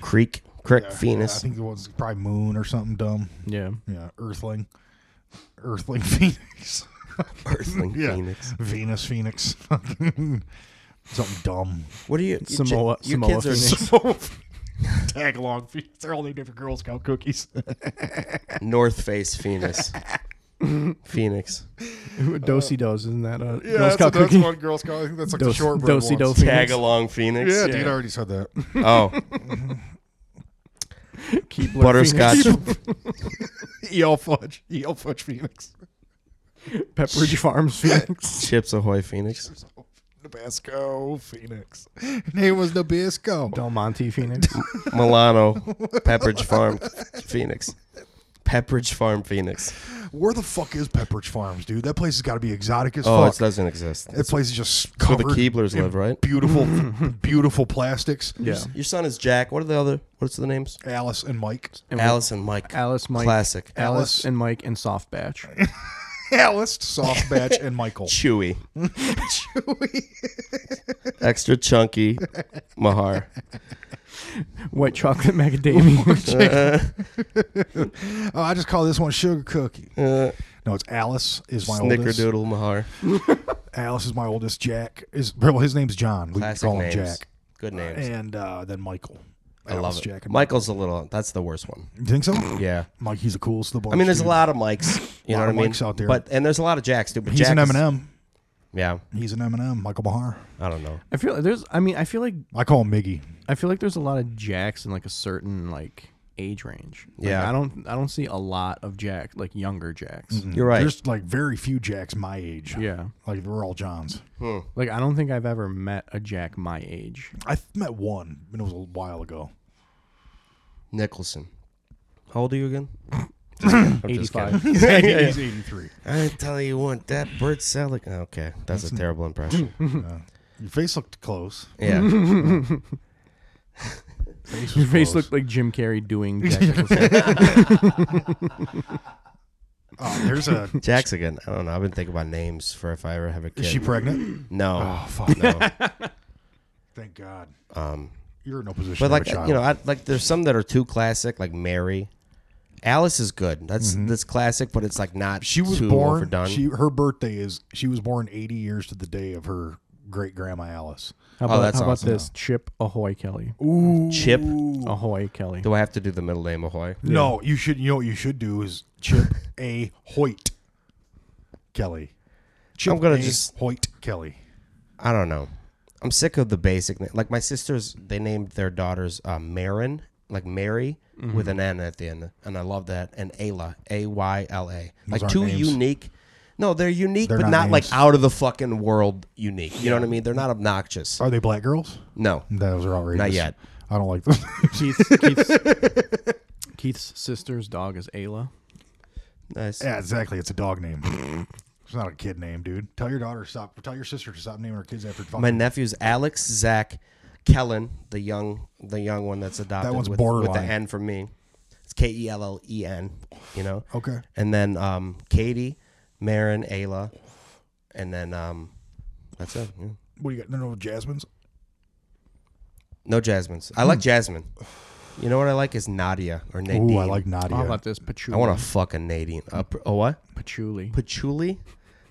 S4: Creek Crick
S3: Yeah, I
S4: Venus
S3: think it was probably Moon or something dumb.
S2: yeah.
S3: Yeah, Earthling, Earthling Phoenix,
S4: Earthling
S3: Yeah.
S4: Phoenix.
S3: Venus Phoenix, something dumb.
S4: What are you? you
S2: Samoa-
S4: your
S2: Samoa
S4: kids are
S2: Phoenix.
S3: Tag along Phoenix. They're all named after Girl Scout cookies.
S4: North Face Phoenix. Phoenix.
S2: Dosey dos isn't that a
S3: Yeah,
S2: Girl
S3: that's,
S2: Scout
S3: a, that's
S2: cookie?
S3: one Girl uh, Scout. I think that's like the
S2: Dos-
S3: shortbread ones.
S2: Dosey Do
S3: Yeah,
S4: Tag
S2: Phoenix.
S4: along Phoenix.
S3: dude, I already said that.
S4: Oh,
S2: Keebler
S4: butterscotch.
S2: Phoenix.
S3: Yell fudge, yell fudge Phoenix,
S2: Pepperidge Farms Phoenix.
S4: Chips Ahoy Phoenix.
S3: Nabisco Phoenix. Name was Nabisco.
S2: Del Monte Phoenix.
S4: Milano. Pepperidge Farm Phoenix. Pepperidge Farm Phoenix.
S3: Where the fuck is Pepperidge Farms, dude? That place has got to be exotic as
S4: Oh,
S3: fuck.
S4: it doesn't exist.
S3: that place is just
S4: Where the
S3: covered.
S4: Keeblers
S3: in
S4: live, right?
S3: Beautiful, beautiful plastics.
S2: yeah.
S4: Your son is Jack. What are the other? What's the names?
S3: Alice and Mike.
S2: And we-
S4: Alice and Mike.
S2: Alice, Mike,
S4: Classic.
S2: Alice
S3: Alice.
S2: and Mike and Soft Batch.
S3: Alice, Soft Batch, and Michael.
S4: Chewy. Chewy. Extra chunky. Mahar.
S2: White chocolate macadamia.
S3: Oh, I just call this one Sugar Cookie.
S4: Uh,
S3: No, it's Alice is my oldest.
S4: Snickerdoodle Mahar.
S3: Alice is my oldest. Jack is well, his name's John. We
S4: Classic
S3: call him
S4: names.
S3: Jack,
S4: Good names.
S3: and uh, then Michael.
S4: I love
S3: Alice,
S4: it.
S3: Jack and
S4: Michael's a little. That's the worst one.
S3: You think so?
S4: Yeah.
S3: Mike, he's the coolest of the bunch.
S4: I mean, there's a
S3: dude.
S4: lot of mics. You
S3: Lot
S4: know what I
S3: of
S4: mean?
S3: mics out there.
S4: But and there's a lot of Jacks too. But
S3: He's
S4: Jack
S3: an
S4: is-
S3: Eminem.
S4: yeah,
S3: He's an Eminem. Michael Bahar.
S4: I don't know.
S2: I feel like there's. I mean, I feel like
S3: I call him Miggy.
S2: I feel like there's a lot of jacks in like a certain like age range. Like,
S4: Yeah.
S2: I don't. I don't see a lot of jack like younger jacks.
S3: Mm-hmm.
S4: You're right.
S3: There's like very few Jacks my age.
S2: Yeah.
S3: Like we're all Johns.
S2: Like I don't think I've ever met a jack my age.
S3: I th- met one, and it was a while ago.
S4: Nicholson. How old are you again?
S2: Eighty
S4: just
S2: five.
S3: He's 83.
S4: I tell you what, that bird salad. oh, Okay, that's a terrible impression.
S3: Your face looked close.
S4: Yeah,
S3: Face
S2: Your
S3: was
S2: face
S3: close.
S2: looked like Jim Carrey doing jack.
S3: Oh, there's a.
S4: Jack's again. I don't know. I've been thinking about names for if I ever have a kid.
S3: Is she pregnant?
S4: no,
S3: Oh fuck!
S4: no.
S3: Thank God.
S4: Um,
S3: You're in no position.
S4: but
S3: to
S4: like
S3: have a child.
S4: you know, I, like there's some that are too classic, like Mary. Alice is good. That's that's classic, but it's like not
S3: Mm-hmm. she was
S4: too
S3: born.
S4: overdone.
S3: She her birthday is. She was born 80 years to the day of her great grandma Alice.
S2: How
S4: Oh,
S2: about,
S4: that
S2: how about
S4: sounds-
S2: this? Chip Ahoy Kelly.
S4: Chip.
S2: Ahoy Kelly.
S4: Do I have to do the middle name Ahoy?
S3: No, you should. You know what you should do is Chip A. Hoyt Kelly. Chip
S4: I'm gonna
S3: A.
S4: just-
S3: Hoyt Kelly.
S4: I don't know. I'm sick of the basic name. Like my sisters, they named their daughters uh, Marin, like Mary,
S3: Mm-hmm.
S4: with an N at the end, and I love that. And Ayla, A Y L A, like
S3: aren't
S4: two
S3: names.
S4: unique. No, they're unique,
S3: They're
S4: but
S3: not
S4: not, like
S3: names.
S4: out of the fucking world unique. You know what I mean? They're not obnoxious.
S3: Are they black girls?
S4: No,
S3: Those are outrageous.
S4: Not yet.
S3: I don't like them.
S2: Keith's, Keith's, Keith's sister's dog is Ayla.
S4: nice.
S3: yeah, exactly. It's a dog name. It's not a kid name, dude. Tell your daughter to stop. Tell your sister to stop naming her kids after fucking.
S4: My nephews Alex, Zach, Kellen, the young, the young one that's adopted.
S3: one's
S4: with, With
S3: borderline.
S4: the N from me, it's K E L L E N. You know.
S3: okay.
S4: And then um, Katie, Marin, Ayla, and then um, that's it. yeah.
S3: What do you got? No, no, Jasmine's.
S4: No Jasmine's. I like Jasmine. You know what I like is Nadia or Nadine.
S3: Hmm. Ooh, I like Nadia.
S2: How about this? Patchouli.
S4: I want to fuck a Nadine. A, p- a what?
S2: patchouli.
S4: Patchouli?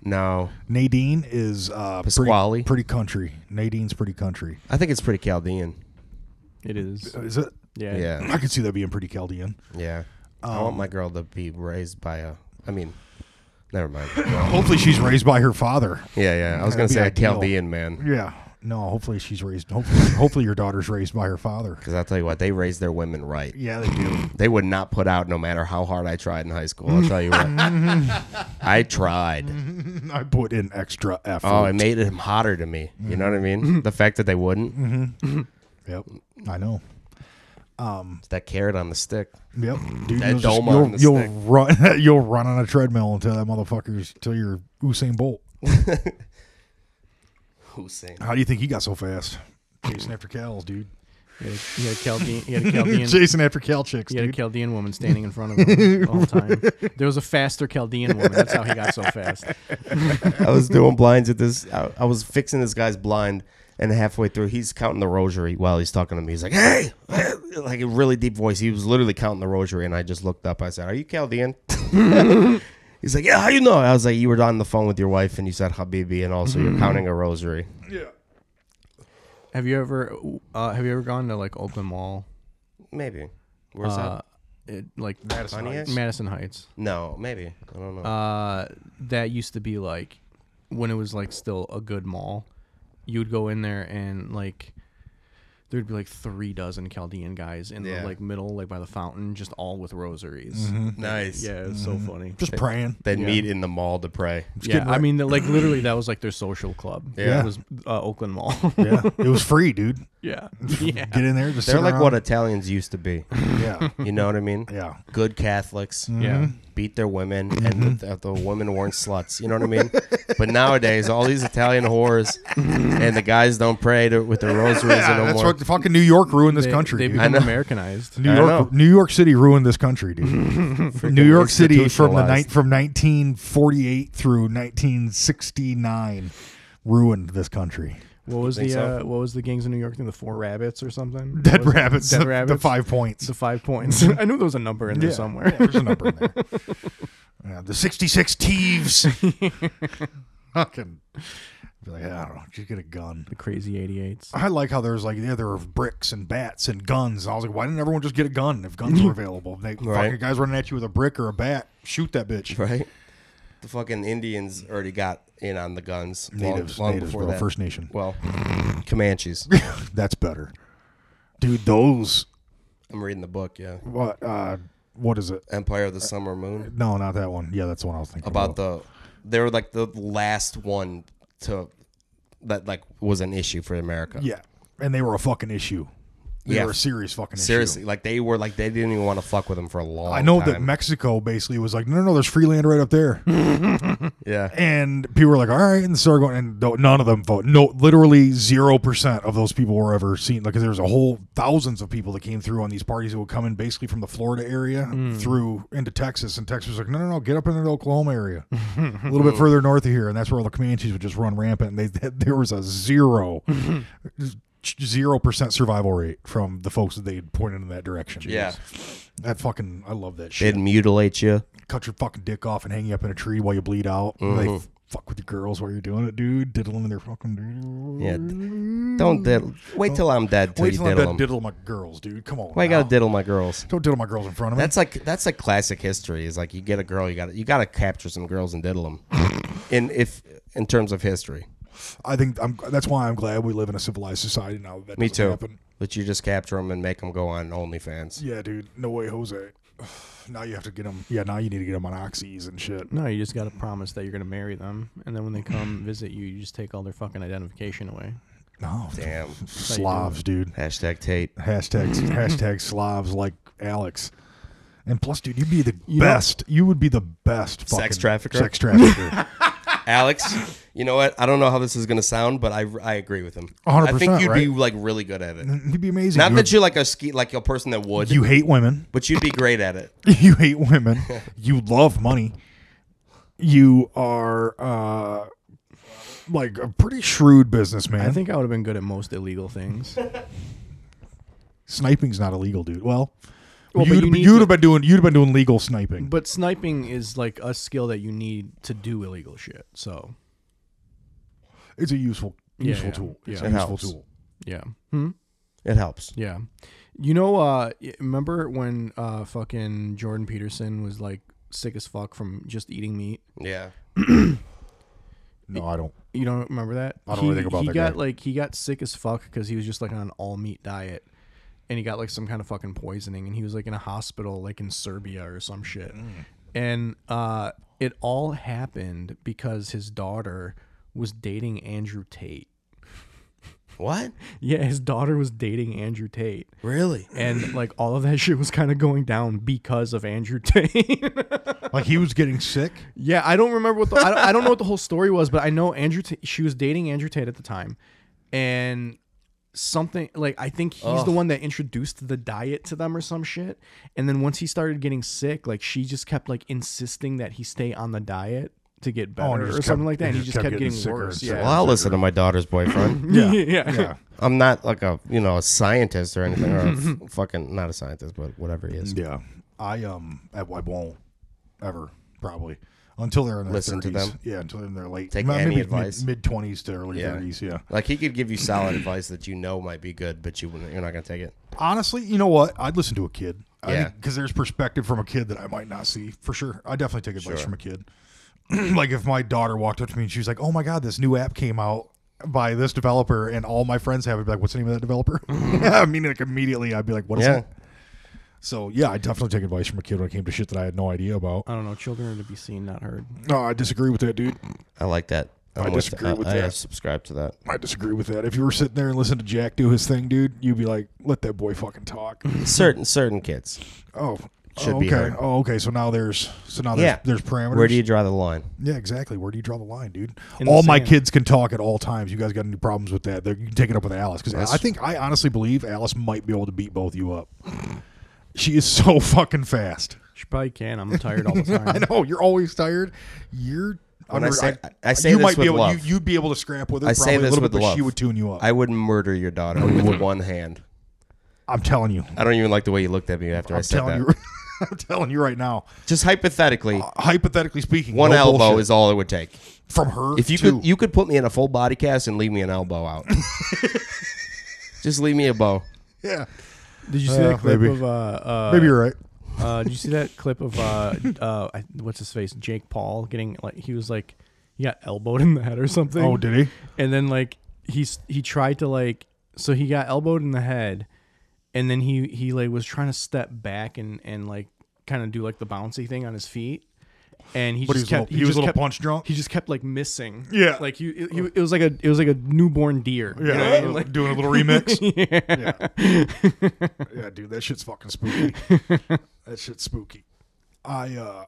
S4: No,
S3: Nadine is uh, pretty,
S4: Pasquale.
S3: pretty country. Nadine's pretty country.
S4: I think it's pretty Chaldean.
S2: It is.
S3: Is it?
S2: Yeah.
S4: Yeah,
S3: I could see that being pretty Chaldean.
S4: yeah.
S3: Um,
S4: I want my girl to be raised by a. I mean, never mind.
S3: Hopefully, she's raised by her father.
S4: Yeah, yeah. I was
S3: That'd
S4: gonna
S3: be
S4: say a
S3: ideal.
S4: Chaldean man
S3: Yeah. No, hopefully she's raised. Hopefully, hopefully your daughter's raised by her father.
S4: because I'll tell you what, they raise their women right.
S3: Yeah, they do.
S4: They would not put out no matter how hard I tried in high school. I'll tell you what.
S3: Mm-hmm.
S4: I tried.
S3: I put in extra effort.
S4: Oh, it made him hotter to me. You know what I
S3: Mm-hmm.
S4: mean? the fact that they wouldn't.
S3: Yep. I know.
S4: It's that carrot on the stick.
S3: Yep. Dude,
S4: Mm, That
S3: you'll, just-
S4: dome on
S3: you'll,
S4: the
S3: you'll
S4: stick.
S3: run. you'll run on a treadmill until that motherfucker's till you're Usain Bolt.
S4: Hussein.
S3: How do you think he got so fast? Chasing after cows, dude.
S2: He had a- he had a Chaldean. He had a Chaldean.
S3: Chasing after cow chicks,
S2: He had a
S3: dude.
S2: Chaldean woman standing in front of him all the time. There was a faster Chaldean woman. That's how he got so fast.
S4: I was doing blinds at this. I, I was fixing this guy's blind, and halfway through, he's counting the rosary while he's talking to me. He's like, "Hey," like a really deep voice. He was literally counting the rosary, and I just looked up. I said, "Are you Chaldean?" he's like, "Yeah." How you know? I was like, "You were on the phone with your wife, and you said Habibi, and also you're counting a rosary."
S2: Have you ever? Uh, have you ever gone to like Oakland Mall?
S4: Maybe. Where's
S2: Uh,
S4: that?
S2: it, like
S4: Funny Heights?
S2: Madison Heights.
S4: No, maybe. I don't know.
S2: Uh, that used to be like when it was like still a good mall. You would go in there and like there'd be like three dozen Chaldean guys in
S4: Yeah.
S2: the like middle, like by the fountain, just all with rosaries.
S4: nice.
S2: Yeah, it was so funny.
S3: Mm-hmm. Just praying.
S4: They meet in the mall to pray.
S2: yeah, I mean, the- like literally, that was like their social club.
S4: Yeah.
S2: it was uh, Oakland Mall.
S3: Yeah. It was free, dude.
S2: yeah, yeah.
S3: Get in there. Just
S4: They're
S3: sit
S4: like
S3: around.
S4: what Italians used to be.
S3: Yeah.
S4: You know what I mean?
S3: Yeah.
S4: Good Catholics.
S2: Yeah.
S4: Beat their women,
S3: Mm-hmm.
S4: and the, the women weren't sluts. You know what I mean? But nowadays, all these Italian whores, and the guys don't pray to, with their rosaries
S3: Yeah,
S4: anymore.
S3: that's what fucking New York ruined this
S2: They-
S3: country.
S2: They
S3: dude.
S2: become
S4: know.
S2: Americanized.
S3: New
S4: I
S3: York,
S4: know.
S3: New York City ruined this country, dude. New York City from the night
S4: institutionalized.
S3: from 1948 through 1969 ruined this country.
S2: What was the
S4: Think so?
S2: uh, What was the gangs in New York thing? The Four Rabbits or something?
S3: Dead
S2: What was it?
S3: rabbits,
S2: Dead
S3: the,
S2: Rabbits.
S3: the five points.
S2: The five points. I knew there was a number in there
S3: Yeah,
S2: somewhere.
S3: yeah, there's a number in there. Yeah, the 66 thieves. fucking, be like, I don't know, just get a gun.
S2: The crazy 88s.
S3: I like how there's like yeah, there were bricks and bats and guns. And I was like, why didn't everyone just get a gun if guns were available? They,
S4: Right.
S3: Fucking guys running at you with a brick or a bat, shoot that bitch.
S4: right? The fucking Indians already got in on the guns. long-
S3: Natives,
S4: long
S3: natives,
S4: before
S3: bro.
S4: that.
S3: First Nation.
S4: Well, Comanches.
S3: That's better, dude. Those
S4: I'm reading the book. Yeah,
S3: what? Uh, what is it?
S4: Empire of the Summer Moon.
S3: No, not that one. Yeah, that's the one I was thinking
S4: about the they were like the last one to that like was an issue for America.
S3: Yeah, and they were a fucking issue. They
S4: Yeah.
S3: were a serious fucking issue.
S4: Seriously, like they were like they didn't even want to fuck with them for a long
S3: I know
S4: time.
S3: that Mexico basically was like, no, no, no, there's free land right up there,
S4: yeah.
S3: and people were like, all right, and they started going, and no- none of them vote. No, literally zero percent of those people were ever seen. Like, there was a whole thousands of people that came through on these parties that would come in basically from the Florida area through into Texas, and Texas was like, no, no, no, get up into the Oklahoma area, a little bit further north of here, and that's where all the Comanches would just run rampant. And they there was a zero. Zero percent survival rate from the folks that they had pointed in that direction.
S4: Yeah.
S3: that fucking I love that shit
S4: They'd mutilate you. Mm-hmm.
S3: cut your fucking dick off and hang you up in a tree while you bleed out. They fuck with the girls while you're doing it, dude. Diddling in their fucking.
S4: Yeah. Don't diddle. Wait till I'm dead. Till
S3: Wait
S4: you
S3: till I'm
S4: diddle
S3: done
S4: them.
S3: diddling my girls, dude. Come on.
S4: Why you
S3: now.
S4: gotta diddle my girls?
S3: Don't diddle my girls in front of me.
S4: That's like that's like classic history. Is like you get a girl, you got to you got to capture some girls and diddle them. in if in terms of history,
S3: I think I'm. That's why I'm glad we live in a civilized society now. That
S4: me
S3: doesn't
S4: too.
S3: Happen.
S4: But you just capture them and make them go on OnlyFans.
S3: Yeah, dude. No way, Jose. Now you have to get them. Yeah, now you need to get them on oxys and shit.
S2: No, you just got to promise that you're going to marry them. And then when they come visit you, you just take all their fucking identification away.
S3: No,
S4: Damn.
S3: Slavs, dude.
S4: Hashtag Tate.
S3: Hashtags, hashtag Slavs like Alex. And plus, dude, you'd be the
S2: You know-
S3: best. you would be the best fucking
S4: Sex trafficker?
S3: Sex trafficker.
S4: Alex, you know what? I don't know how this is gonna sound, but I, I agree with him. I
S3: 100%,
S4: think you'd be
S3: right?
S4: like really good at it.
S3: you'd be amazing.
S4: Not
S3: you
S4: that you're like a ski like a person that would,
S3: you hate women.
S4: but you'd be great at it.
S3: you hate women. You love money. You are uh, like a pretty shrewd businessman.
S2: I think I would have been good at most illegal things.
S3: sniping's not illegal, dude. Well,
S2: Well, but
S3: you'd,
S2: you
S3: be-
S2: need
S3: you'd
S2: to-
S3: have been doing you'd have been doing legal sniping.
S2: But sniping is like a skill that you need to do illegal shit. So,
S3: It's a useful
S2: Yeah,
S3: useful
S2: yeah,
S3: tool. It's
S2: yeah.
S3: a
S4: It
S3: useful
S4: helps.
S3: tool.
S2: yeah. Hmm?
S4: It helps.
S2: Yeah. You know, uh, y- remember when uh, fucking Jordan Peterson was like sick as fuck from just eating meat?
S4: Yeah.
S3: No, I don't.
S2: You don't remember that?
S3: I don't
S2: he,
S3: really think about
S2: he
S3: that
S2: got
S3: guy.
S2: like he got sick as fuck because he was just like on an all meat diet, and he got like some kind of fucking poisoning, and he was like in a hospital like in Serbia or some shit,
S3: Mm.
S2: and uh, it all happened because his daughter was dating Andrew Tate.
S4: What?
S2: Yeah, his daughter was dating Andrew Tate.
S4: Really?
S2: And like all of that shit was kind of going down because of Andrew Tate.
S3: Like he was getting sick.
S2: Yeah, I don't remember what the I don't, I don't know what the whole story was, but I know Andrew. T- she was dating Andrew Tate at the time, and something like I think he's the one that introduced the diet to them or some shit. And then once he started getting sick, like she just kept like insisting that he stay on the diet to get
S3: Oh,
S2: better
S3: and he
S2: or
S3: just
S2: something
S3: kept-
S2: like that. And
S3: he
S2: he
S3: just
S2: just
S3: kept
S2: kept,
S3: getting
S2: getting
S3: sicker and
S2: worse.
S3: sicker.
S4: Well,
S2: Yeah.
S4: I'll listen to my daughter's boyfriend.
S3: Yeah.
S2: Yeah.
S3: Yeah.
S4: I'm not like a you know a scientist or anything or a f- fucking not a scientist, but whatever he is.
S3: Yeah. I um I, I won't ever probably until they're in their
S4: Listen to
S3: 30s.
S4: them?
S3: Yeah, until they're in their late.
S4: Take
S3: ma-
S4: any
S3: maybe
S4: advice?
S3: Mid twenties to early
S4: Yeah.
S3: thirties. Yeah.
S4: Like he could give you solid advice that you know might be good, but you wouldn't. You're not gonna take it.
S3: Honestly, you know what? I'd listen to a kid.
S4: Yeah.
S3: Because there's perspective from a kid that I might not see for sure. I definitely take advice from a kid. like if my daughter walked up to me and she was like, "Oh my god, this new app came out." By this developer, and all my friends have it. Be like, what's the name of that developer? I mean, like immediately, I'd be like, "What is
S4: Yeah.
S3: that?" So, yeah, I definitely take advice from a kid when it came to shit that I had no idea about.
S2: I
S4: Uh.
S2: don't know. Children are to be seen, not heard.
S3: No, I disagree with that, dude.
S4: I like that. I'm
S3: disagree with
S4: I, I
S3: that.
S4: subscribe to that.
S3: I disagree with that. If you were sitting there and listening to Jack do his thing, dude, you'd be like, "Let that boy fucking talk."
S4: Certain certain kids.
S3: oh,
S4: Should
S3: oh,
S4: be
S3: okay.
S4: heard.
S3: Oh, okay. So now there's so now there's,
S4: Yeah.
S3: there's parameters.
S4: Where do you draw the line?
S3: yeah, exactly. Where do you draw the line, dude?
S2: In the
S3: all my
S2: sand.
S3: kids can talk at all times. You guys got any problems with that? They're, you can take it up with Alice because I think I honestly believe Alice might be able to beat both you up. She is so fucking fast.
S2: She probably can. I'm tired all the time.
S3: I know you're always tired. You're.
S4: When I say- I- I say
S3: you
S4: this
S3: might be
S4: with
S3: able,
S4: love.
S3: You, you'd be able to scrap with her.
S4: I
S3: probably
S4: say
S3: a
S4: this
S3: little
S4: with
S3: bit, but She
S4: love.
S3: would tune you up.
S4: I would murder your daughter with one hand.
S3: I'm telling you.
S4: I don't even like the way you looked at me after i
S3: I'm
S4: said that.
S3: telling you. I'm telling you right now.
S4: Just hypothetically,
S3: Hypothetically speaking,
S4: one
S3: no
S4: elbow
S3: bullshit.
S4: is all it would take.
S3: from her.
S4: If you
S3: to-
S4: could, you could put me in a full body cast and leave me an elbow out. Just leave me a bow.
S3: yeah,
S2: Did you see
S3: Yeah,
S2: that clip
S3: maybe.
S2: of uh, uh
S3: maybe you're right.
S2: Uh, did you see that clip of uh, uh, I- what's his face, Jake Paul getting like he was like he got elbowed in the head or something.
S3: Oh, did he?
S2: And then like he's he tried to like so he got elbowed in the head, and then he he like was trying to step back and and like kind of do like the bouncy thing on his feet, and he
S3: But he was
S2: just
S3: a
S2: kept
S3: little- he was a
S2: just
S3: little
S2: kept-
S3: punch drunk?
S2: He just kept like missing.
S3: Yeah.
S2: like he, it, he it was like a it was like a newborn deer. you know what I
S3: Yeah,
S2: mean? Like,
S3: doing a little remix. yeah. yeah, dude, that shit's fucking spooky. that shit's spooky. I uh,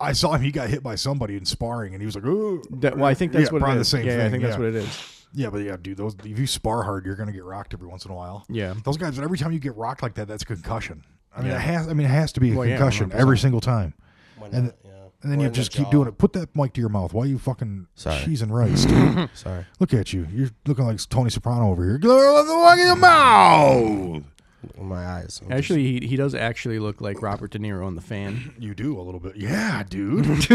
S3: I saw him. He got hit by somebody in sparring, and he was like, "Ooh."
S2: that, well, I think that's
S3: Yeah,
S2: what
S3: probably
S2: it
S3: the
S2: is.
S3: same
S2: yeah, I
S3: thing,
S2: think that's
S3: yeah.
S2: what it is.
S3: Yeah, but yeah, dude, those if you spar hard, you're gonna get rocked every once in a while.
S2: Yeah.
S3: those guys. Every time you get rocked like that, that's a concussion. I mean, it has. I mean, it has to be a
S2: Well, yeah,
S3: concussion
S2: 100%.
S3: every single time.
S4: And,
S3: And then you just keep doing it. Put that mic to your mouth. Why are you fucking
S4: Sorry.
S3: cheese and rice, dude?
S4: Sorry,
S3: Look at you. You're looking like Tony Soprano over here. Look at the fuck in your mouth.
S4: my eyes. I'm
S2: Actually, he, he does actually look like Robert De Niro in The Fan.
S3: You do a little bit. Yeah, dude.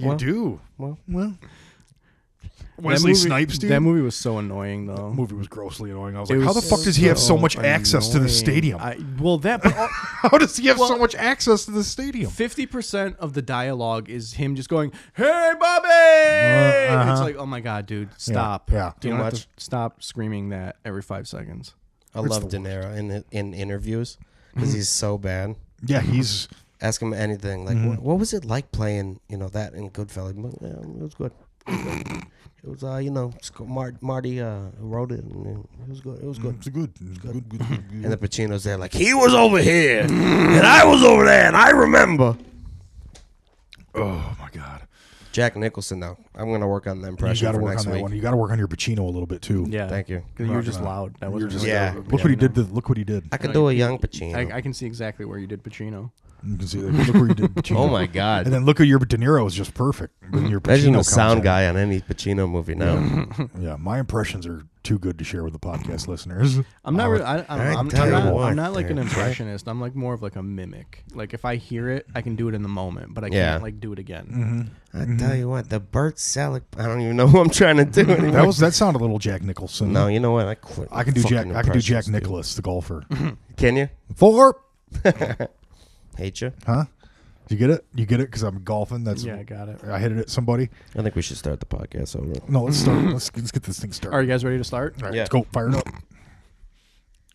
S3: You do.
S4: Well.
S3: well.
S2: That
S3: Wesley
S2: movie-
S3: Snipes, dude.
S2: That movie was so annoying, though.
S3: movie was grossly annoying. I was
S2: It
S3: like, how the
S2: was
S3: fuck does he have so much access to the
S2: annoying.
S3: stadium?
S2: I, well, that
S3: how does he have so much access to the stadium?
S2: fifty percent of the dialogue is him just going, "Hey, Bobby!" And It's
S3: Uh, uh-huh.
S2: like, oh my god, dude, stop!
S3: yeah.
S2: You
S4: Too
S2: don't have
S4: much.
S2: to stop screaming that every five seconds.
S4: I love De Niro in in interviews
S3: Mm-hmm.
S4: because he's so bad.
S3: Yeah, he's
S4: Ask him anything. Like,
S3: Mm-hmm.
S4: what, what was it like playing, you know, that in Goodfellas? Well, yeah, it was good. It was, uh, you know, it's co- Mar- Marty uh, wrote it, and then it was good. It was good.
S3: it's good. It's good. good, good, good.
S4: And the Pacino's there, like he was over here, and I was over there, and I remember.
S3: Oh my god.
S4: Jack Nicholson, though, I'm gonna work on the
S3: You
S4: impression
S3: got to
S4: for
S3: work
S4: next
S3: on that
S4: week.
S3: one. You got to work on your Pacino a little bit too.
S2: Yeah,
S4: Thank you.
S2: 'Cause You were just loud. That was
S3: You're just,
S4: Yeah.
S3: Look what he did. To, look what he did.
S4: I could do a young Pacino.
S2: I, I can see exactly where you did Pacino.
S3: You can see that. Look what he did. Pacino.
S4: oh my god! Mm-hmm.
S3: And then look at your De Niro is just perfect. Then your
S4: Imagine
S3: Pacino Mm-hmm.
S4: the
S3: comes
S4: sound
S3: in.
S4: guy on any Pacino movie now.
S3: Yeah, my impressions are too good to share with the podcast listeners.
S2: I'm
S4: Uh,
S2: not. Really, I, I'm,
S4: I
S2: I'm, I'm
S4: tell you
S2: not,
S4: what,
S2: I'm not like an
S4: dude.
S2: impressionist. I'm like more of like a mimic. Like if I hear it, I can do it in the moment, but I
S4: Yeah.
S2: can't like do it again.
S4: I tell you what, the Bert Salick. I don't even know who I'm trying to do anymore.
S3: That was that sounded a little Jack Nicholson.
S4: no, you know what? I quit.
S3: I can do
S4: fucking
S3: Jack. I can do Jack
S4: impressions, dude.
S3: Nicholas, the golfer.
S2: Mm-hmm.
S4: Can you?
S3: Four,
S4: Hate you?
S3: huh? You get it? You get it? Because I'm golfing. That's
S2: Yeah, I got it.
S3: I hit it at somebody.
S4: I think we should start the podcast over.
S3: No, let's start. let's, let's get this thing started.
S2: Are you guys ready to start?
S3: All right,
S4: Yeah.
S3: let's go. Fire it up.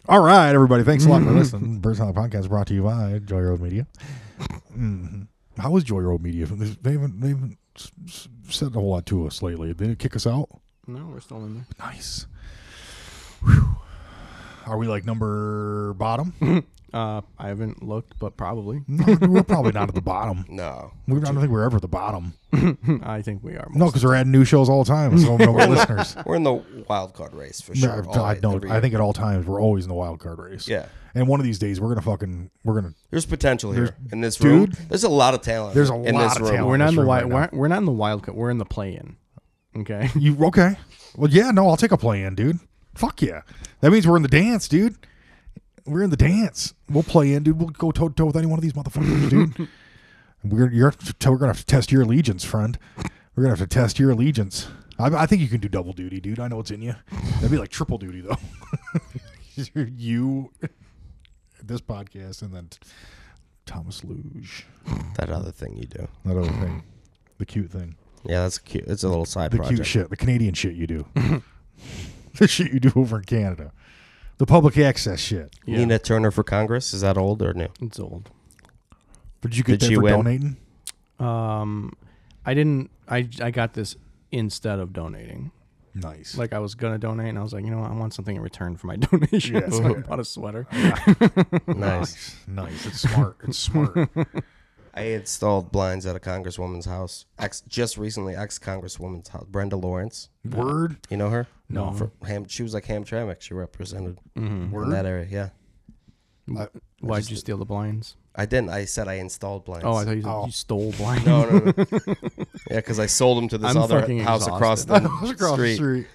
S3: All right, everybody. Thanks a lot for listening. Birds on the Podcast brought to you by Joy Road Media. Mhm. How is Joy Road Media? They haven't, they haven't s- s- said a whole lot to us lately. They didn't kick us out.
S2: No, we're still in there.
S3: Nice. Whew. Are we like number bottom?
S2: Uh, I haven't looked, but probably.
S3: No, we're probably not at the bottom.
S4: No.
S3: We I don't think we're ever at the bottom.
S2: I think we are.
S3: No, because we're adding new shows all the time. So no more listeners.
S4: We're in the wild card race for
S3: No,
S4: sure.
S3: I-
S4: All
S3: I
S4: right,
S3: don't.
S4: every
S3: I
S4: year.
S3: think at all times we're always in the wild card race.
S4: Yeah.
S3: And one of these days we're gonna fucking we're gonna
S4: there's potential here in this room.
S3: dude,
S4: There's a lot of talent.
S3: there's a
S4: in
S3: lot
S4: this
S3: of
S4: room.
S3: talent.
S2: We're not in the
S3: Sure,
S2: wild.
S3: right
S2: we're, we're not in the wild. Cut. We're in the play-in. Okay.
S3: you okay? Well, yeah. No, I'll take a play in, dude. Fuck yeah. That means we're in the dance, dude. We're in the dance. We'll play in, dude. We'll go toe to toe with any one of these motherfuckers, dude. We're you're we're gonna have to test your allegiance, friend. We're gonna have to test your allegiance. I, I think you can do double duty, dude. I know it's in you. That'd be like triple duty, though. you, this podcast, and then Thomas Luge.
S4: That other thing you do.
S3: That other thing, the cute thing.
S4: Yeah, that's cute. It's a little side
S3: the
S4: project.
S3: cute shit, the Canadian shit you do, the shit you do over in Canada, the public access shit.
S2: Yeah.
S4: Nina Turner for Congress. Is that old or new?
S2: It's old.
S3: Did you get
S4: Did
S3: that
S4: she
S3: for
S4: win?
S3: donating?
S2: Um, I didn't. I I got this instead of donating.
S3: Nice.
S2: Like I was gonna donate, and I was like, you know, what? I want something in return for my donation.
S3: Yeah.
S2: so I bought a sweater.
S4: Nice.
S3: nice, nice. It's smart. It's smart.
S4: I installed blinds at a congresswoman's house. Ex, just recently, ex congresswoman's house. Brenda Lawrence.
S3: Word.
S4: You know her?
S3: No.
S4: For Ham, she was like Hamtramck. She represented in
S2: Mm-hmm.
S3: Word.
S4: Mm, that area. Yeah.
S2: Why'd you steal the blinds?
S4: I didn't. I said I installed blinds.
S2: Oh, I thought you, said
S3: Oh.
S2: you stole blinds.
S4: No, no, no. yeah, because I sold them to this
S2: I'm
S4: other
S2: fucking
S4: house
S2: exhausted.
S4: across the
S3: That was across
S4: street.
S3: the street.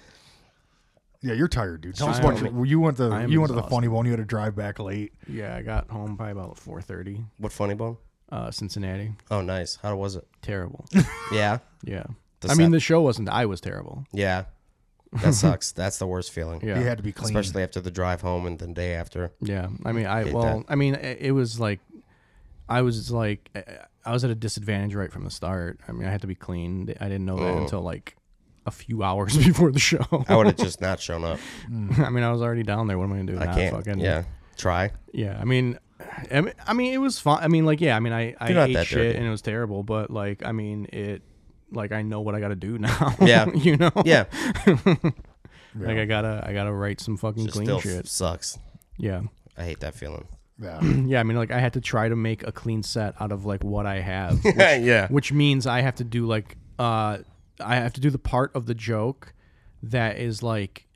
S3: Yeah, you're tired, dude. Tell us
S2: I
S3: about
S2: am-
S3: your, you went the
S2: I am
S3: you went to the
S2: exhausted.
S3: funny one. You had to drive back late.
S2: Yeah, I got home by about four thirty.
S4: What funny bone?
S2: Uh, Cincinnati,
S4: Oh, nice. How was it?
S2: terrible.
S4: Yeah,
S2: Yeah.
S4: The
S2: I mean,
S4: set.
S2: the show wasn't. I was terrible.
S4: yeah. That sucks. That's the worst feeling.
S2: Yeah.
S3: You had to be clean.
S4: Especially after the drive home and the day after.
S2: Yeah, I mean, I
S4: Hate
S2: well,
S4: that.
S2: I mean, i- it was like, I was like, I- I was at a disadvantage right from the start. I mean, I had to be clean. I didn't know
S4: Oh.
S2: that until like a few hours before the show.
S4: I would have just not shown up.
S2: I mean, I was already down there. What am I gonna do?
S4: Mm. I
S2: Not
S4: can't.
S2: fucking-
S4: yeah. Try.
S2: yeah. I mean, I mean- I mean, it was fun. I mean, like, yeah. I mean, I I
S4: You're not
S2: ate
S4: that
S2: shit
S4: dirty.
S2: and it was terrible, but like, I mean, it. Like I know what I gotta do now.
S4: Yeah.
S2: you know.
S4: Yeah.
S2: Like I gotta, I gotta write some fucking
S4: Just
S2: clean
S4: still
S2: shit.
S4: sucks.
S2: yeah.
S4: I hate that feeling.
S3: Yeah.
S2: Yeah, I mean, like I had to try to make a clean set out of like what I have, which,
S4: Yeah.
S2: which means I have to do like uh, I have to do the part of the joke that is like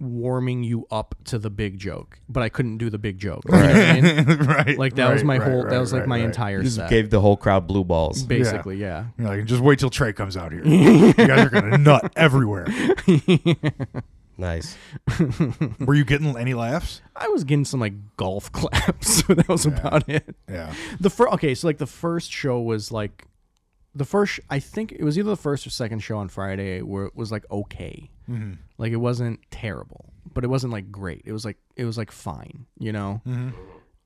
S2: warming you up to the big joke, but I couldn't do the big joke. You know what I mean?
S3: right.
S2: Like that was
S3: right,
S2: my
S3: right,
S2: whole,
S3: right,
S2: that was like
S3: right,
S2: my
S3: right.
S2: entire
S4: Just
S2: set,
S4: gave the whole crowd blue balls.
S2: basically. Yeah.
S3: You're like, just wait till Trey comes out here. you guys are gonna nut everywhere.
S4: Nice.
S3: Were you getting any laughs?
S2: I was getting some like golf claps, but that was about it.
S3: Yeah.
S2: The first, okay, so like the first show was like the first sh- I think it was either the first or second show on Friday where it was like okay, like it wasn't terrible, but it wasn't like great. It was like it was like fine, you know.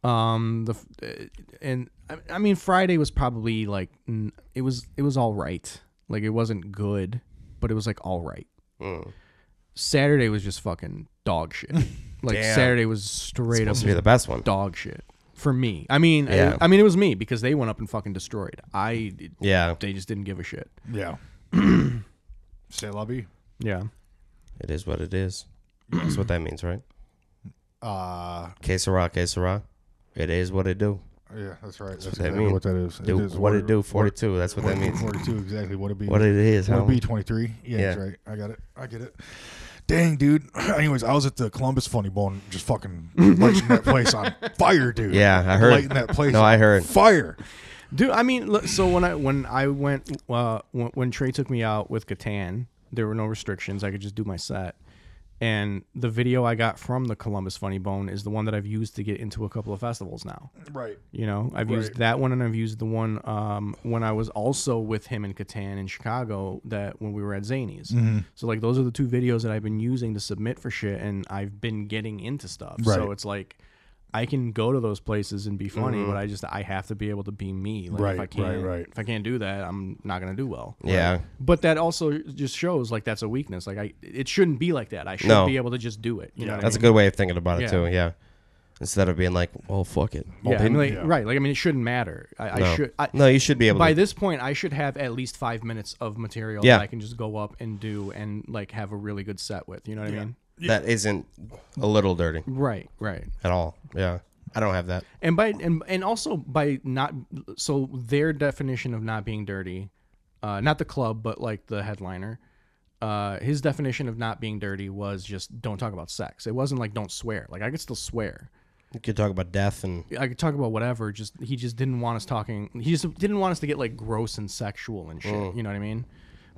S2: Um, the f- uh, and I, I mean Friday was probably like n- it was it was all right. Like it wasn't good, but it was like all right.
S4: Mm.
S2: Saturday was just fucking dog shit. like
S4: Damn.
S2: Saturday was straight up
S4: Supposed to be the best one.
S2: dog shit for me. I mean, I-
S4: Yeah.
S2: I, mean, it was me because they went up and fucking destroyed. I,
S4: Yeah,
S2: they just didn't give a shit.
S3: Yeah. Say lobby.
S2: Yeah,
S4: it is what it is. That's what that means, right?
S3: Uh,
S4: Que sera, que sera. It is what it do.
S3: yeah, that's right. That's
S4: that
S3: exactly
S4: mean.
S3: what that is.
S4: Do what it do. Forty-two. That's what that means.
S3: 42, exactly. What it be.
S4: What it is,
S3: Would
S4: huh?
S3: it be 23? Yeah, that's
S4: Yeah.
S3: right. I got it. I get it. Dang, dude. Anyways, I was at the Columbus Funny Bone, just fucking lighting that place on fire, dude.
S4: Yeah, I heard.
S3: Lighting that place
S4: No,
S3: on
S4: I heard.
S3: Fire.
S2: dude. I mean, look, so when I when I went uh, when, when Trey took me out with Catan, there were no restrictions. I could just do my set. And the video I got from the Columbus Funny Bone is the one that I've used to get into a couple of festivals now.
S3: Right.
S2: You know, I've used
S3: Right.
S2: that one, and I've used the one um, when I was also with him in Catan in Chicago. That when we were at Zany's.
S3: Mm-hmm.
S2: So like those are the two videos that I've been using to submit for shit, and I've been getting into stuff.
S3: Right. Mm-hmm.
S2: So it's like I can go to those places and be funny, but I just I have to be able to be me. Like
S3: Right,
S2: If I
S3: right,
S2: can't,
S3: right.
S2: If I can't do that, I'm not gonna do well.
S4: Yeah.
S2: But that also just shows like that's a weakness. Like I, it shouldn't be like that. I should
S4: No.
S2: be able to just do it. You know what I
S4: That's a
S2: mean?
S4: good way of thinking about it
S2: Yeah.
S4: too. Yeah. Instead of being like, "Oh fuck it."
S2: Yeah, I mean, like,
S3: yeah.
S2: right. Like I mean, it shouldn't matter. I,
S4: No.
S2: I should. I,
S4: no, you should be able.
S2: by
S4: to.
S2: this point i should have at least five minutes of material
S4: Yeah.
S2: that i can just go up and do and like have a really good set with you know what i mean
S4: that isn't a little dirty
S2: right right
S4: at all. Yeah. I don't have that.
S2: and by and, and also by not so their definition of not being dirty uh not the club but like the headliner uh his definition of not being dirty was just don't talk about sex it wasn't like don't swear like i could still swear
S4: You could talk about death and
S2: I could talk about whatever. Just he just didn't want us talking. He just didn't want us to get like gross and sexual and shit.
S4: Mm.
S2: You know what I mean?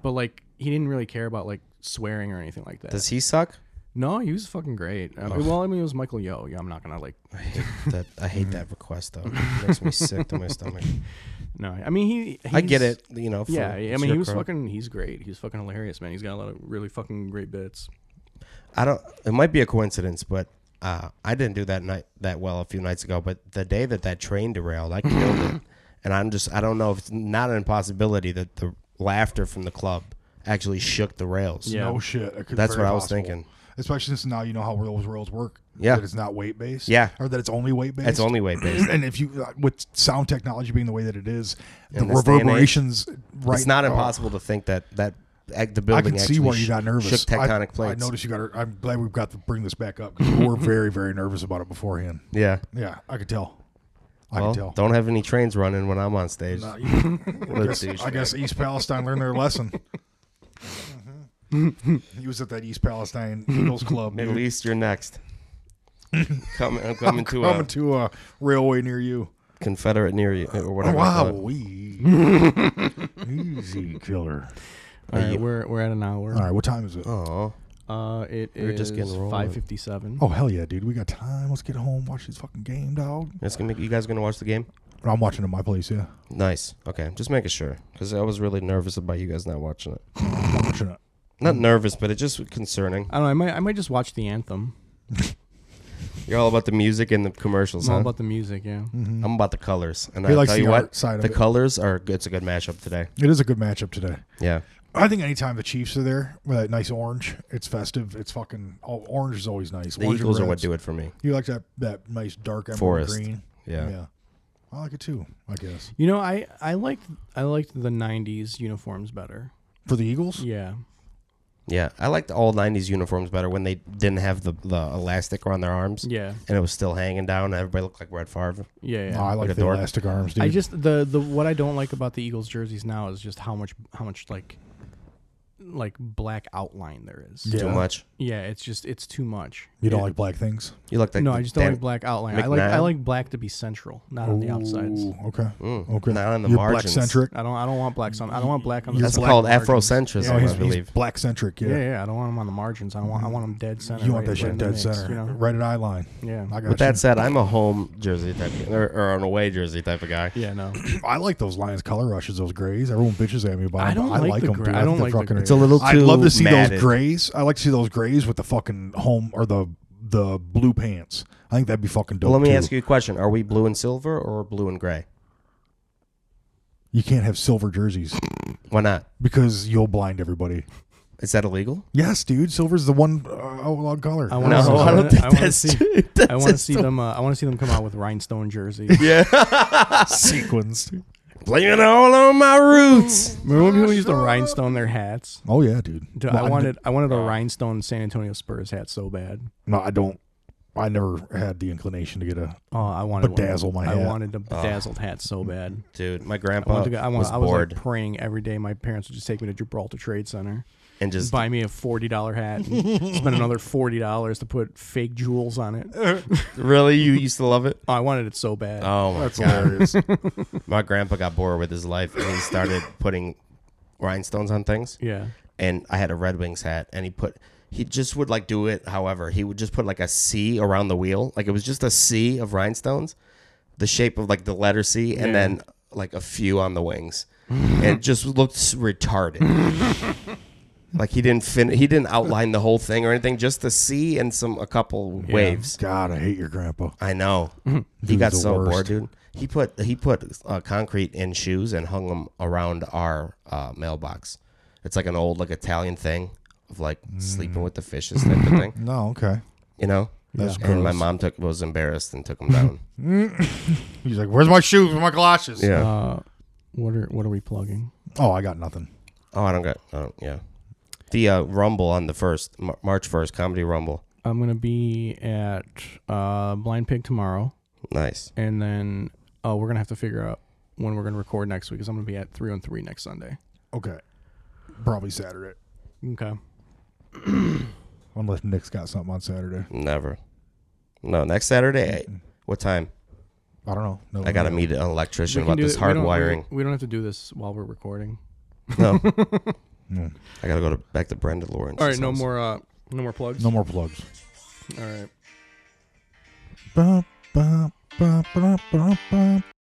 S2: But like he didn't really care about like swearing or anything like that.
S4: does he suck?
S2: no, he was fucking great. I mean, well, I mean, it was Michael Yo. Yeah, I'm not gonna like.
S4: I hate that. I
S3: Mm-hmm.
S4: hate that request though. It makes me sick to my stomach.
S2: No, I mean he.
S4: I get
S2: he's-
S4: it. You know. for-
S2: Yeah, I
S4: it's
S2: mean
S4: your
S2: he was
S4: crowd.
S2: fucking. He's great. He's fucking hilarious, man. He's got a lot of really fucking great bits.
S4: I don't. It might be a coincidence, but uh, I didn't do that night that well a few nights ago. But the day that that train derailed, I killed it. And I'm just. I don't know if it's not an impossibility that the laughter from the club actually shook the rails.
S2: Yeah.
S3: No shit. It could-
S4: That's
S3: very
S4: what I was
S3: possible.
S4: thinking.
S3: Especially since now you know how those rails work.
S4: Yeah.
S3: That it's not weight based.
S4: Yeah.
S3: Or that it's only weight based.
S4: It's only way based.
S3: and if you uh, with sound technology being the way that it is, the
S4: this day and age,
S3: reverberations. right.
S4: It's not
S3: oh,
S4: impossible to think that that act- the
S3: I
S4: building
S3: can
S4: actually
S3: see why you
S4: sh-
S3: got nervous.
S4: shook tectonic
S3: I,
S4: plates.
S3: I noticed you got. I'm glad we've got to bring this back up because we were very, very nervous about it beforehand.
S4: Yeah.
S3: Yeah, I could tell. I
S4: Well,
S3: could tell.
S4: don't have any trains running when I'm on stage.
S3: Uh, you-
S4: What a douche.
S3: I guess East Palestine learned their lesson. Mhm. he was at that East Palestine Eagles Club. dude.
S4: Middle East, you're next. Coming, I'm coming to
S3: Coming
S4: a
S3: to a railway near you.
S4: Confederate near you or whatever. they call
S3: Wow,
S4: it.
S3: we easy killer.
S2: All right, we're we're at an
S3: All
S2: hour.
S3: right, what time is it?
S4: Oh,
S2: Uh, it
S4: We're just getting rolling.
S2: five fifty seven.
S3: Oh hell yeah, dude, we got time. Let's get home, watch this fucking game, dog.
S4: that's gonna make you guys gonna watch the game.
S3: I'm watching in my place. Yeah,
S4: Nice. Okay, just making sure because I was really nervous about you guys not watching it.
S3: I'm watching it.
S4: Not nervous, but it just was concerning.
S2: I don't know. I might I might just watch the anthem.
S4: You're all about the music and the commercials,
S2: It's all
S4: huh?
S2: about the music. Yeah.
S4: I'm about the colors, and
S3: He
S4: I
S3: likes
S4: tell
S3: the
S4: you what,
S3: art side of
S4: the
S3: it.
S4: colors are. It's a good matchup today.
S3: It is a good matchup today.
S4: Yeah,
S3: I think anytime the Chiefs are there with that nice orange, it's festive. It's fucking oh, orange is always nice.
S4: the
S3: Orange and
S4: Eagles are what
S3: reds.
S4: do it for me.
S3: You like that that nice dark emerald
S4: Forest.
S3: green.
S4: Yeah.
S3: I like it too. I guess
S2: You know, I I liked I liked the '90s uniforms better.
S3: for the Eagles.
S2: Yeah,
S4: Yeah, I liked all '90s uniforms better when they didn't have the, the elastic around their arms,
S2: yeah,
S4: and it was still hanging down. and Everybody looked like Red Favre.
S2: yeah.
S3: No, I
S2: yeah.
S3: like
S4: Like a
S3: the
S4: dork.
S3: elastic arms, dude.
S2: I just the the what I don't like about the Eagles jerseys now is just how much how much like like black outline there is.
S3: Yeah.
S4: Too much.
S2: Yeah, it's just it's too much.
S3: You don't like black things?
S4: You look like
S2: No,
S4: the
S2: I just don't
S4: damn-
S2: like black outline. I like I
S4: McNabb?
S2: like black to be central, not on the outsides.
S3: Ooh, okay.
S4: Mm,
S3: okay.
S4: not on the
S3: You're
S4: margins.
S3: black centric.
S2: I don't I don't want blacks on I don't want black on the
S4: That's
S2: black
S4: called
S2: margins.
S4: Afrocentrism,
S3: Oh, he's, he's
S4: I believe.
S3: black centric. Yeah.
S2: Yeah, yeah, I don't want them on the margins. I don't want I want them dead center.
S3: You want
S2: right-
S3: that shit
S2: right in the
S3: dead
S2: mix,
S3: center,
S2: You know?
S3: right at eye line. I
S2: Yeah.
S3: got
S4: With that
S3: you.
S4: said, I'm a home jersey type of, or, or an away jersey type of guy.
S2: Yeah, no.
S3: I like those Lions color rushes, those grays. Everyone bitches at me about
S2: I
S3: them.
S2: don't
S3: but I
S2: like
S3: like
S2: the
S3: them.
S2: gray-
S3: dude.
S2: I
S3: think
S2: don't
S3: they're
S2: like the
S3: fucking,
S2: gray.
S4: It's a little too.
S3: I'd love to see
S4: matted.
S3: those grays. I like to see those grays with the fucking home or the the blue pants. I think that'd be fucking dope.
S4: Well, let me
S3: too.
S4: ask you a question: Are we blue and silver or blue and gray?
S3: You can't have silver jerseys
S4: Why not?
S3: because you'll blind everybody.
S4: Is that illegal?
S3: Yes, dude. Silver's the one uh, outlawed color.
S2: I
S4: No,
S2: want to see,
S4: I don't think
S2: I wanna
S4: that's.
S2: see,
S4: that's
S2: I want to
S4: just
S2: see
S4: the-
S2: them uh, I want to see them come out with rhinestone jerseys.
S3: sequins.
S4: Blame it all on my roots.
S2: Remember when people used to rhinestone their hats?
S3: Oh yeah, dude.
S2: Dude,
S3: No,
S2: I
S3: d-
S2: wanted I wanted a rhinestone San Antonio Spurs hat so bad.
S3: No, I don't. I never had the inclination to get a.
S2: Oh, I wanted
S3: Bedazzle
S2: one.
S3: my
S2: I
S3: hat.
S2: wanted a bedazzled hat so bad.
S4: Dude, my
S2: I,
S4: grandpa
S2: wanted to go, I, wanted,
S4: was
S2: I was
S4: bored
S2: like praying every day. My parents would just take me to Gibraltar Trade Center,
S4: and just
S2: buy me a forty dollar hat, and spend another forty dollars to put fake jewels on it. Oh,
S4: really. You used to love it.
S2: I wanted it so bad.
S4: Oh my
S3: That's
S4: god.
S3: hilarious.
S4: My grandpa got bored with his life and he started putting rhinestones on things.
S2: yeah,
S4: And I had a Red Wings hat and he put he just would like do it however. He would just put like a C around the wheel. Like it was just a C of rhinestones, the shape of like the letter C and
S2: Yeah.
S4: then like a few on the wings. and it just looked s- retarded. like he didn't fin- he didn't outline the whole thing or anything, just the C and some a couple waves.
S3: God, I hate your grandpa.
S4: I know.
S2: Mm-hmm.
S4: he got
S3: the
S4: so bored,
S3: worst.
S4: dude. He put he put uh, concrete in shoes and hung them around our uh, mailbox. It's like an old like Italian thing of like sleeping with the fishes type of
S2: Mm.
S4: thing,
S3: No, okay.
S4: you know.
S3: That's
S4: and my
S3: gross.
S4: mom took was embarrassed and took them down.
S3: He's like, "Where's my shoes? Where's my galoshes?"
S4: yeah.
S2: Uh, what are what are we plugging?
S3: Oh, I got nothing.
S4: oh, I don't get. I don't, yeah. The uh, Rumble on the first Mar- March first comedy Rumble.
S2: I'm gonna be at uh, Blind Pig tomorrow,
S4: Nice.
S2: and then oh, we're gonna have to figure out when we're gonna record next week because I'm gonna be at three on three next Sunday.
S3: Okay. Probably Saturday.
S2: Okay.
S3: Unless Nick's got something on Saturday.
S4: Never. No, next Saturday. eh, What time?
S3: I don't know. No,
S4: I gotta
S3: no.
S4: meet an electrician
S2: Mm. We can
S4: about
S2: do
S4: this
S2: it- we don't-
S4: hard
S2: we-
S4: wiring.
S2: We, don't have to do this while we're recording.
S4: No,
S3: No,
S4: I gotta go to back to Brenda Lawrence.
S2: All right, no more uh, no more plugs.
S3: no more plugs.
S2: All right.
S3: Ba, ba, ba, ba, ba, ba,